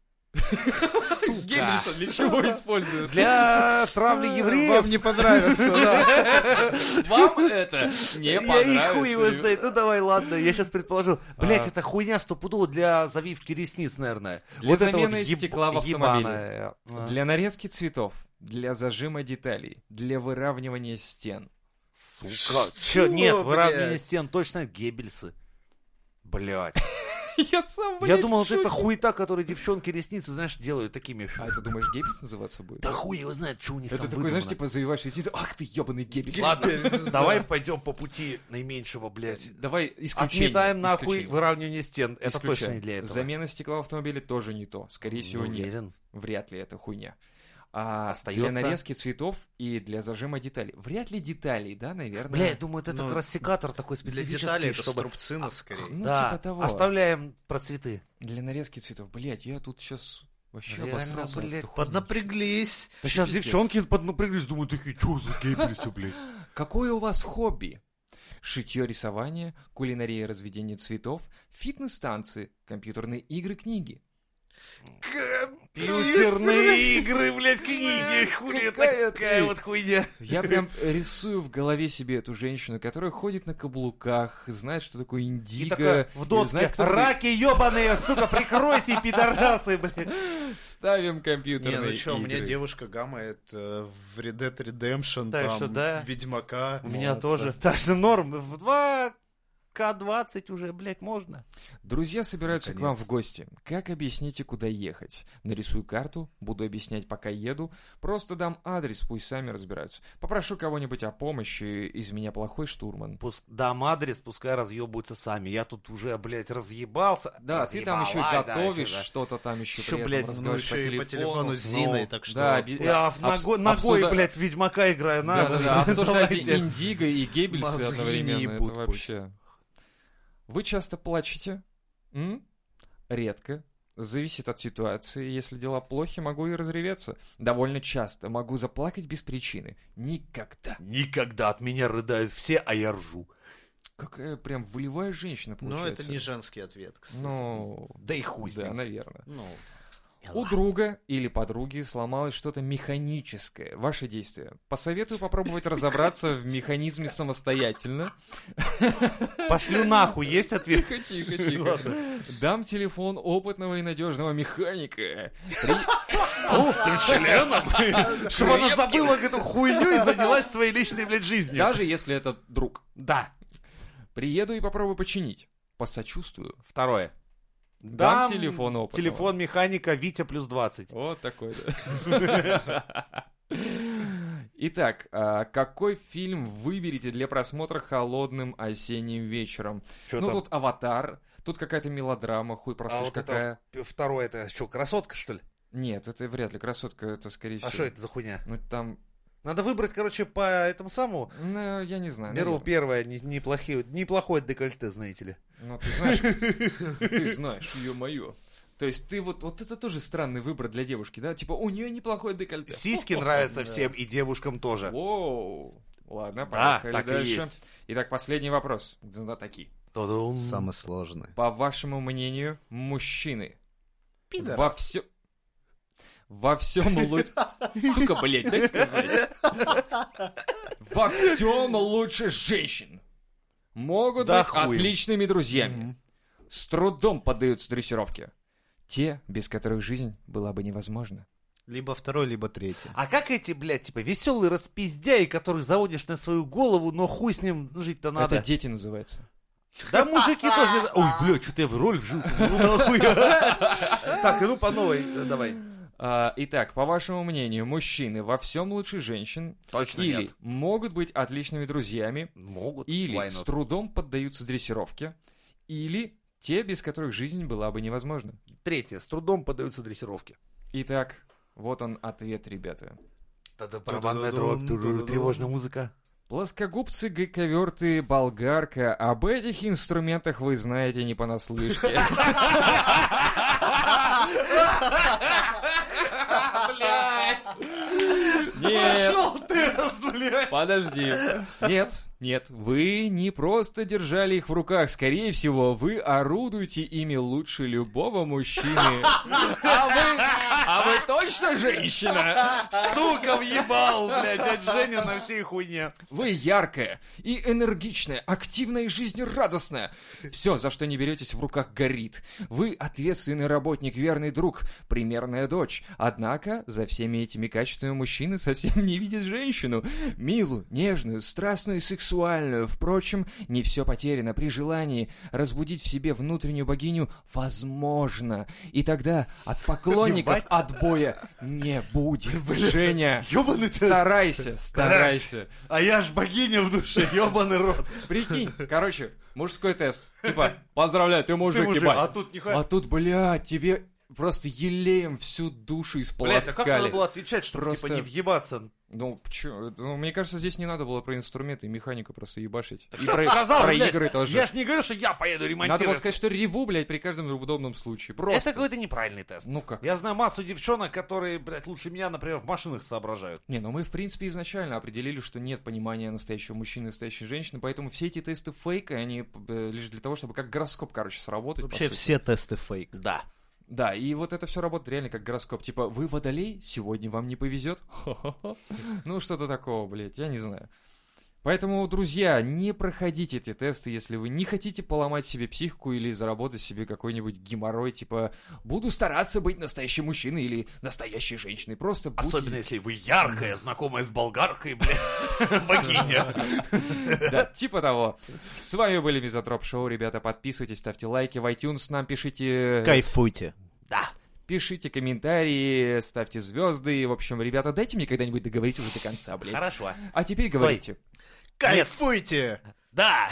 Speaker 2: Геббельса для чего используют? А,
Speaker 1: Для травли
Speaker 3: Вам
Speaker 1: евреев
Speaker 3: не понравится, да.
Speaker 2: Вам это не
Speaker 1: я и хуй его
Speaker 2: понравится.
Speaker 1: знает. Ну давай, ладно, я сейчас предположу. Блять,
Speaker 2: А.
Speaker 1: это хуйня стопудово для завивки ресниц, наверное.
Speaker 2: Для
Speaker 1: вот это
Speaker 2: замены
Speaker 1: вот еб-
Speaker 2: стекла в автомобиле.
Speaker 1: ебаная. А.
Speaker 2: Для нарезки цветов, для зажима деталей, для выравнивания стен.
Speaker 1: Сука.
Speaker 3: Что,
Speaker 1: Чё, нет,
Speaker 3: блядь?
Speaker 1: выравнивание стен точно геббельсы. Блять.
Speaker 2: Я сам,
Speaker 1: Я
Speaker 2: блядь,
Speaker 1: думал,
Speaker 2: в
Speaker 1: вот это
Speaker 2: шоке.
Speaker 1: хуета, которые девчонки ресницы, знаешь, делают такими.
Speaker 2: А это, думаешь, гебельс называться будет?
Speaker 1: Да хуй его знает, что у них
Speaker 2: Это
Speaker 1: там
Speaker 2: такой, знаешь,
Speaker 1: выдумано.
Speaker 2: типа завиваешь ресницу, ах ты ебаный гебельс.
Speaker 1: Ладно,
Speaker 3: Да.
Speaker 1: давай пойдем по пути наименьшего, блядь.
Speaker 2: Давай исключение.
Speaker 1: Отметаем нахуй
Speaker 2: исключение.
Speaker 1: выравнивание стен. Это
Speaker 2: Исключаем.
Speaker 1: точно не для этого. Ну,
Speaker 2: Замена стекла в автомобиле тоже не то. Скорее всего,
Speaker 1: Не
Speaker 2: нет.
Speaker 1: уверен.
Speaker 2: Вряд ли это хуйня. А
Speaker 1: Остаётся?
Speaker 2: для нарезки цветов и для зажима деталей. Вряд ли деталей, да, наверное.
Speaker 1: Бля, я думаю, это
Speaker 3: Ну,
Speaker 1: как раз секатор такой
Speaker 3: Для
Speaker 1: специфический,
Speaker 3: деталей это
Speaker 1: чтобы...
Speaker 3: струбцина скорее.
Speaker 2: ну,
Speaker 1: да,
Speaker 2: типа того.
Speaker 1: оставляем про цветы.
Speaker 2: Для нарезки цветов. Блять, я тут сейчас вообще
Speaker 1: Реально,
Speaker 2: обосрался.
Speaker 1: блядь,
Speaker 2: Ты хуй
Speaker 3: Поднапряглись.
Speaker 1: Да сейчас
Speaker 2: пиздец.
Speaker 1: девчонки поднапряглись, думают, такие, что за гейблисы, блядь?
Speaker 2: знаешь. Какое у вас хобби? Шитье, рисование, кулинария, разведение цветов, фитнес-танцы, компьютерные игры, книги.
Speaker 1: Компьютерные игры, блядь, книги, хули,
Speaker 2: Какая
Speaker 1: такая
Speaker 2: ты?
Speaker 1: вот хуйня.
Speaker 2: Я прям рисую в голове себе эту женщину, которая ходит на каблуках, знает, что такое
Speaker 1: И
Speaker 2: индиго.
Speaker 1: такая в
Speaker 2: или
Speaker 1: доске,
Speaker 2: знает, кто такой-
Speaker 1: раки ебаные, сука, прикройте, пидорасы, блядь.
Speaker 2: Ставим
Speaker 3: Не,
Speaker 2: компьютерные
Speaker 3: ну чё, у меня
Speaker 2: игры.
Speaker 3: девушка гамма это в Red Dead Redemption,
Speaker 1: Так
Speaker 3: там,
Speaker 1: что да.
Speaker 3: Ведьмака.
Speaker 1: У меня
Speaker 3: Молодцы.
Speaker 1: тоже. Даже норм. В 2 К20 уже, блядь, можно.
Speaker 2: Друзья собираются к вам
Speaker 3: Наконец-то.
Speaker 2: в гости. Как объясните, куда ехать? Нарисую карту, буду объяснять, пока еду. Просто дам адрес, пусть сами разбираются. Попрошу кого-нибудь о помощи, из меня плохой штурман.
Speaker 1: Пус- Дам адрес, пускай разъебываются сами. Я тут уже, блядь, разъебался.
Speaker 2: Да, ты там еще и
Speaker 1: Разъебалась, да,
Speaker 2: готовишь
Speaker 1: еще, да.
Speaker 2: что-то там еще,
Speaker 1: Еще,
Speaker 2: при этом
Speaker 1: блядь, ну
Speaker 3: Ну,
Speaker 2: разговариваешь
Speaker 3: еще и по телефону с
Speaker 1: ну,
Speaker 3: Зиной, так
Speaker 2: да,
Speaker 3: что...
Speaker 2: оби-
Speaker 1: Я в
Speaker 2: Обс-
Speaker 1: ногой, ногой,
Speaker 2: обсуда-
Speaker 1: блядь, Ведьмака играю. На,
Speaker 2: Да, да, да.
Speaker 1: блядь,
Speaker 2: Обсуждайте
Speaker 1: давайте.
Speaker 2: Индиго и Геббельса
Speaker 3: Мозги не
Speaker 2: одновременно. Это
Speaker 3: ебут
Speaker 2: вообще. Вы часто плачете? М? Редко. Зависит от ситуации. Если дела плохи, могу и разреветься. Довольно часто. Могу заплакать без причины. Никогда.
Speaker 1: Никогда от меня рыдают все, а я ржу.
Speaker 2: Какая прям волевая женщина
Speaker 3: Но
Speaker 2: получается.
Speaker 3: Ну, это не женский ответ, кстати.
Speaker 2: Ну,
Speaker 1: Да и хуй с
Speaker 2: да,
Speaker 1: ним.
Speaker 2: наверное.
Speaker 3: Ну,
Speaker 2: У друга или подруги сломалось что-то механическое. Ваши действия. Посоветую попробовать разобраться в механизме самостоятельно.
Speaker 1: Пошлю нахуй, есть ответ?
Speaker 2: Тихо, тихо, тихо.
Speaker 1: Ладно.
Speaker 2: Дам телефон опытного и надежного механика. При-
Speaker 1: толстым членом, чтобы она забыла эту хуйню и занялась своей личной, блядь, жизнью.
Speaker 2: Даже если это друг.
Speaker 1: Да.
Speaker 2: Приеду и попробую починить. Посочувствую.
Speaker 1: Второе.
Speaker 2: Дам
Speaker 1: Дам
Speaker 2: телефон опытного.
Speaker 1: Телефон механика Витя плюс 20.
Speaker 2: Вот такой, да. Итак, а, какой фильм выберете для просмотра холодным осенним вечером?
Speaker 1: Чё
Speaker 2: ну,
Speaker 1: там?
Speaker 2: тут «Аватар», тут какая-то мелодрама, хуй
Speaker 1: А
Speaker 2: просышь
Speaker 1: вот
Speaker 2: какая.
Speaker 1: это в- второе, это что, красотка, что ли?
Speaker 2: Нет, это вряд ли «Красотка», это скорее
Speaker 1: А
Speaker 2: всего.
Speaker 1: что это за хуйня?
Speaker 2: Ну, там,
Speaker 1: Надо выбрать, короче, по этому самому.
Speaker 2: ну, я не знаю.
Speaker 1: Беру
Speaker 2: наверное.
Speaker 1: первое, не- неплохие- неплохое декольте, знаете ли.
Speaker 2: Ну, ты знаешь, ты знаешь, ё-моё. То есть ты вот, вот это тоже странный выбор для девушки, да? Типа, у нее неплохое декольте.
Speaker 1: Сиськи нравятся
Speaker 2: Да.
Speaker 1: всем и девушкам тоже.
Speaker 2: Воу. Ладно,
Speaker 1: Да,
Speaker 2: поехали
Speaker 1: так и
Speaker 2: дальше.
Speaker 1: есть.
Speaker 2: Итак, последний вопрос. Знатоки.
Speaker 1: Та-дам.
Speaker 3: самый сложный.
Speaker 2: По вашему мнению, мужчины
Speaker 3: Пидорас.
Speaker 2: во всем... Во всем лучше... Сука, блядь, дай сказать. Во всем лучше женщин. Могут
Speaker 1: Да
Speaker 2: быть
Speaker 1: хуй им.
Speaker 2: отличными друзьями. С трудом поддаются дрессировке. Те, без которых жизнь была бы невозможна.
Speaker 3: Либо второй, либо третий.
Speaker 1: А как эти, блядь, типа, веселые распиздяи, которых заводишь на свою голову, но хуй с ним ну, жить-то надо.
Speaker 2: Это дети называется.
Speaker 1: Да мужики тоже... не- Ой, бля, что-то я в роль вжился. Ну нахуй. Так, и ну по новой, э, давай.
Speaker 2: А, итак, по вашему мнению, мужчины во всем лучше женщин
Speaker 1: Точно
Speaker 2: или могут быть отличными друзьями,
Speaker 1: Могут.
Speaker 2: или
Speaker 1: Why
Speaker 2: с
Speaker 1: not?
Speaker 2: трудом поддаются дрессировке, или те, без которых жизнь была бы невозможна.
Speaker 1: Третье. С трудом поддаются дрессировке.
Speaker 2: Итак, вот он ответ, ребята.
Speaker 1: Тогда
Speaker 3: барабанная дробь, ту-ру-ру,
Speaker 1: тревожная
Speaker 3: тревожная
Speaker 1: музыка.
Speaker 2: Плоскогубцы, гайковерты, болгарка. Об этих инструментах вы знаете не понаслышке. Нет,
Speaker 1: ты раз, блядь!
Speaker 2: подожди. Нет, нет, вы не просто держали их в руках. Скорее всего, вы орудуете ими лучше любого мужчины. А вы, а вы точно женщина?
Speaker 3: А,
Speaker 1: Сука, въебал, блядь, дядя Женя на всей хуйне.
Speaker 2: Вы яркая и энергичная, активная и жизнерадостная. Все, за что не беретесь в руках, горит. Вы ответственный работник, верный друг, примерная дочь. Однако за всеми этими качествами мужчины совсем не видит женщину. Милую, нежную, страстную и сексуальную. Впрочем, не все потеряно. При желании разбудить в себе внутреннюю богиню возможно. И тогда от поклонников
Speaker 3: Ебать.
Speaker 2: отбоя не будет. Женя,
Speaker 3: Ёбаный ты-
Speaker 2: старайся, старайся.
Speaker 3: А я ж богиня в душе, ёбаный рот.
Speaker 2: Прикинь, короче, мужской тест. Типа, поздравляю, ты
Speaker 3: Ты
Speaker 2: мужик,
Speaker 3: мужик,
Speaker 2: ебать.
Speaker 3: а тут нихуя.
Speaker 2: А тут, блядь, тебе просто елеем всю душу
Speaker 1: Блять, а как надо
Speaker 2: исполоскали.
Speaker 1: было отвечать, чтобы
Speaker 2: Просто-
Speaker 1: типа не въебаться?
Speaker 2: Ну, чё, ну, мне кажется, здесь не надо было про инструменты и механику просто ебашить. И
Speaker 1: Я
Speaker 2: про,
Speaker 1: ж сказал,
Speaker 2: про
Speaker 1: блядь,
Speaker 2: игры тоже.
Speaker 1: Я ж не говорю, что я поеду
Speaker 2: Надо было
Speaker 1: ремонтировать.
Speaker 2: сказать, что реву, блядь, при каждом удобном случае.
Speaker 1: Это
Speaker 2: Просто.
Speaker 1: какой-то неправильный тест.
Speaker 2: Ну как?
Speaker 1: Я знаю массу девчонок, которые, блядь, лучше меня, например, в машинах соображают.
Speaker 2: Не, ну мы, в принципе, изначально определили, что нет понимания настоящего мужчины и настоящей женщины, поэтому все эти тесты фейка, они э, лишь для того, чтобы как гороскоп, короче, сработать. по
Speaker 3: Вообще
Speaker 2: сути.
Speaker 3: все тесты фейк.
Speaker 1: Да.
Speaker 2: Да, и вот это все работает реально как гороскоп. Типа, вы водолей, сегодня вам не повезет. Ну, что-то такого, блядь, я не знаю. Поэтому, друзья, не проходите эти тесты, если вы не хотите поломать себе психику или заработать себе какой-нибудь геморрой, типа «буду стараться быть настоящим мужчиной» или «настоящей женщиной». Просто будьте...
Speaker 1: Особенно если вы яркая, знакомая с болгаркой, блядь, богиня.
Speaker 2: Да, типа того. С вами были Мизотроп Шоу, ребята, подписывайтесь, ставьте лайки в iTunes, нам пишите... э,
Speaker 3: Кайфуйте.
Speaker 1: Да.
Speaker 2: Пишите комментарии, ставьте звезды. В общем, ребята, дайте мне когда-нибудь договорить уже до конца, блядь.
Speaker 1: Хорошо.
Speaker 2: А теперь
Speaker 1: Стой.
Speaker 2: говорите.
Speaker 3: Кайфуйте!
Speaker 1: Да.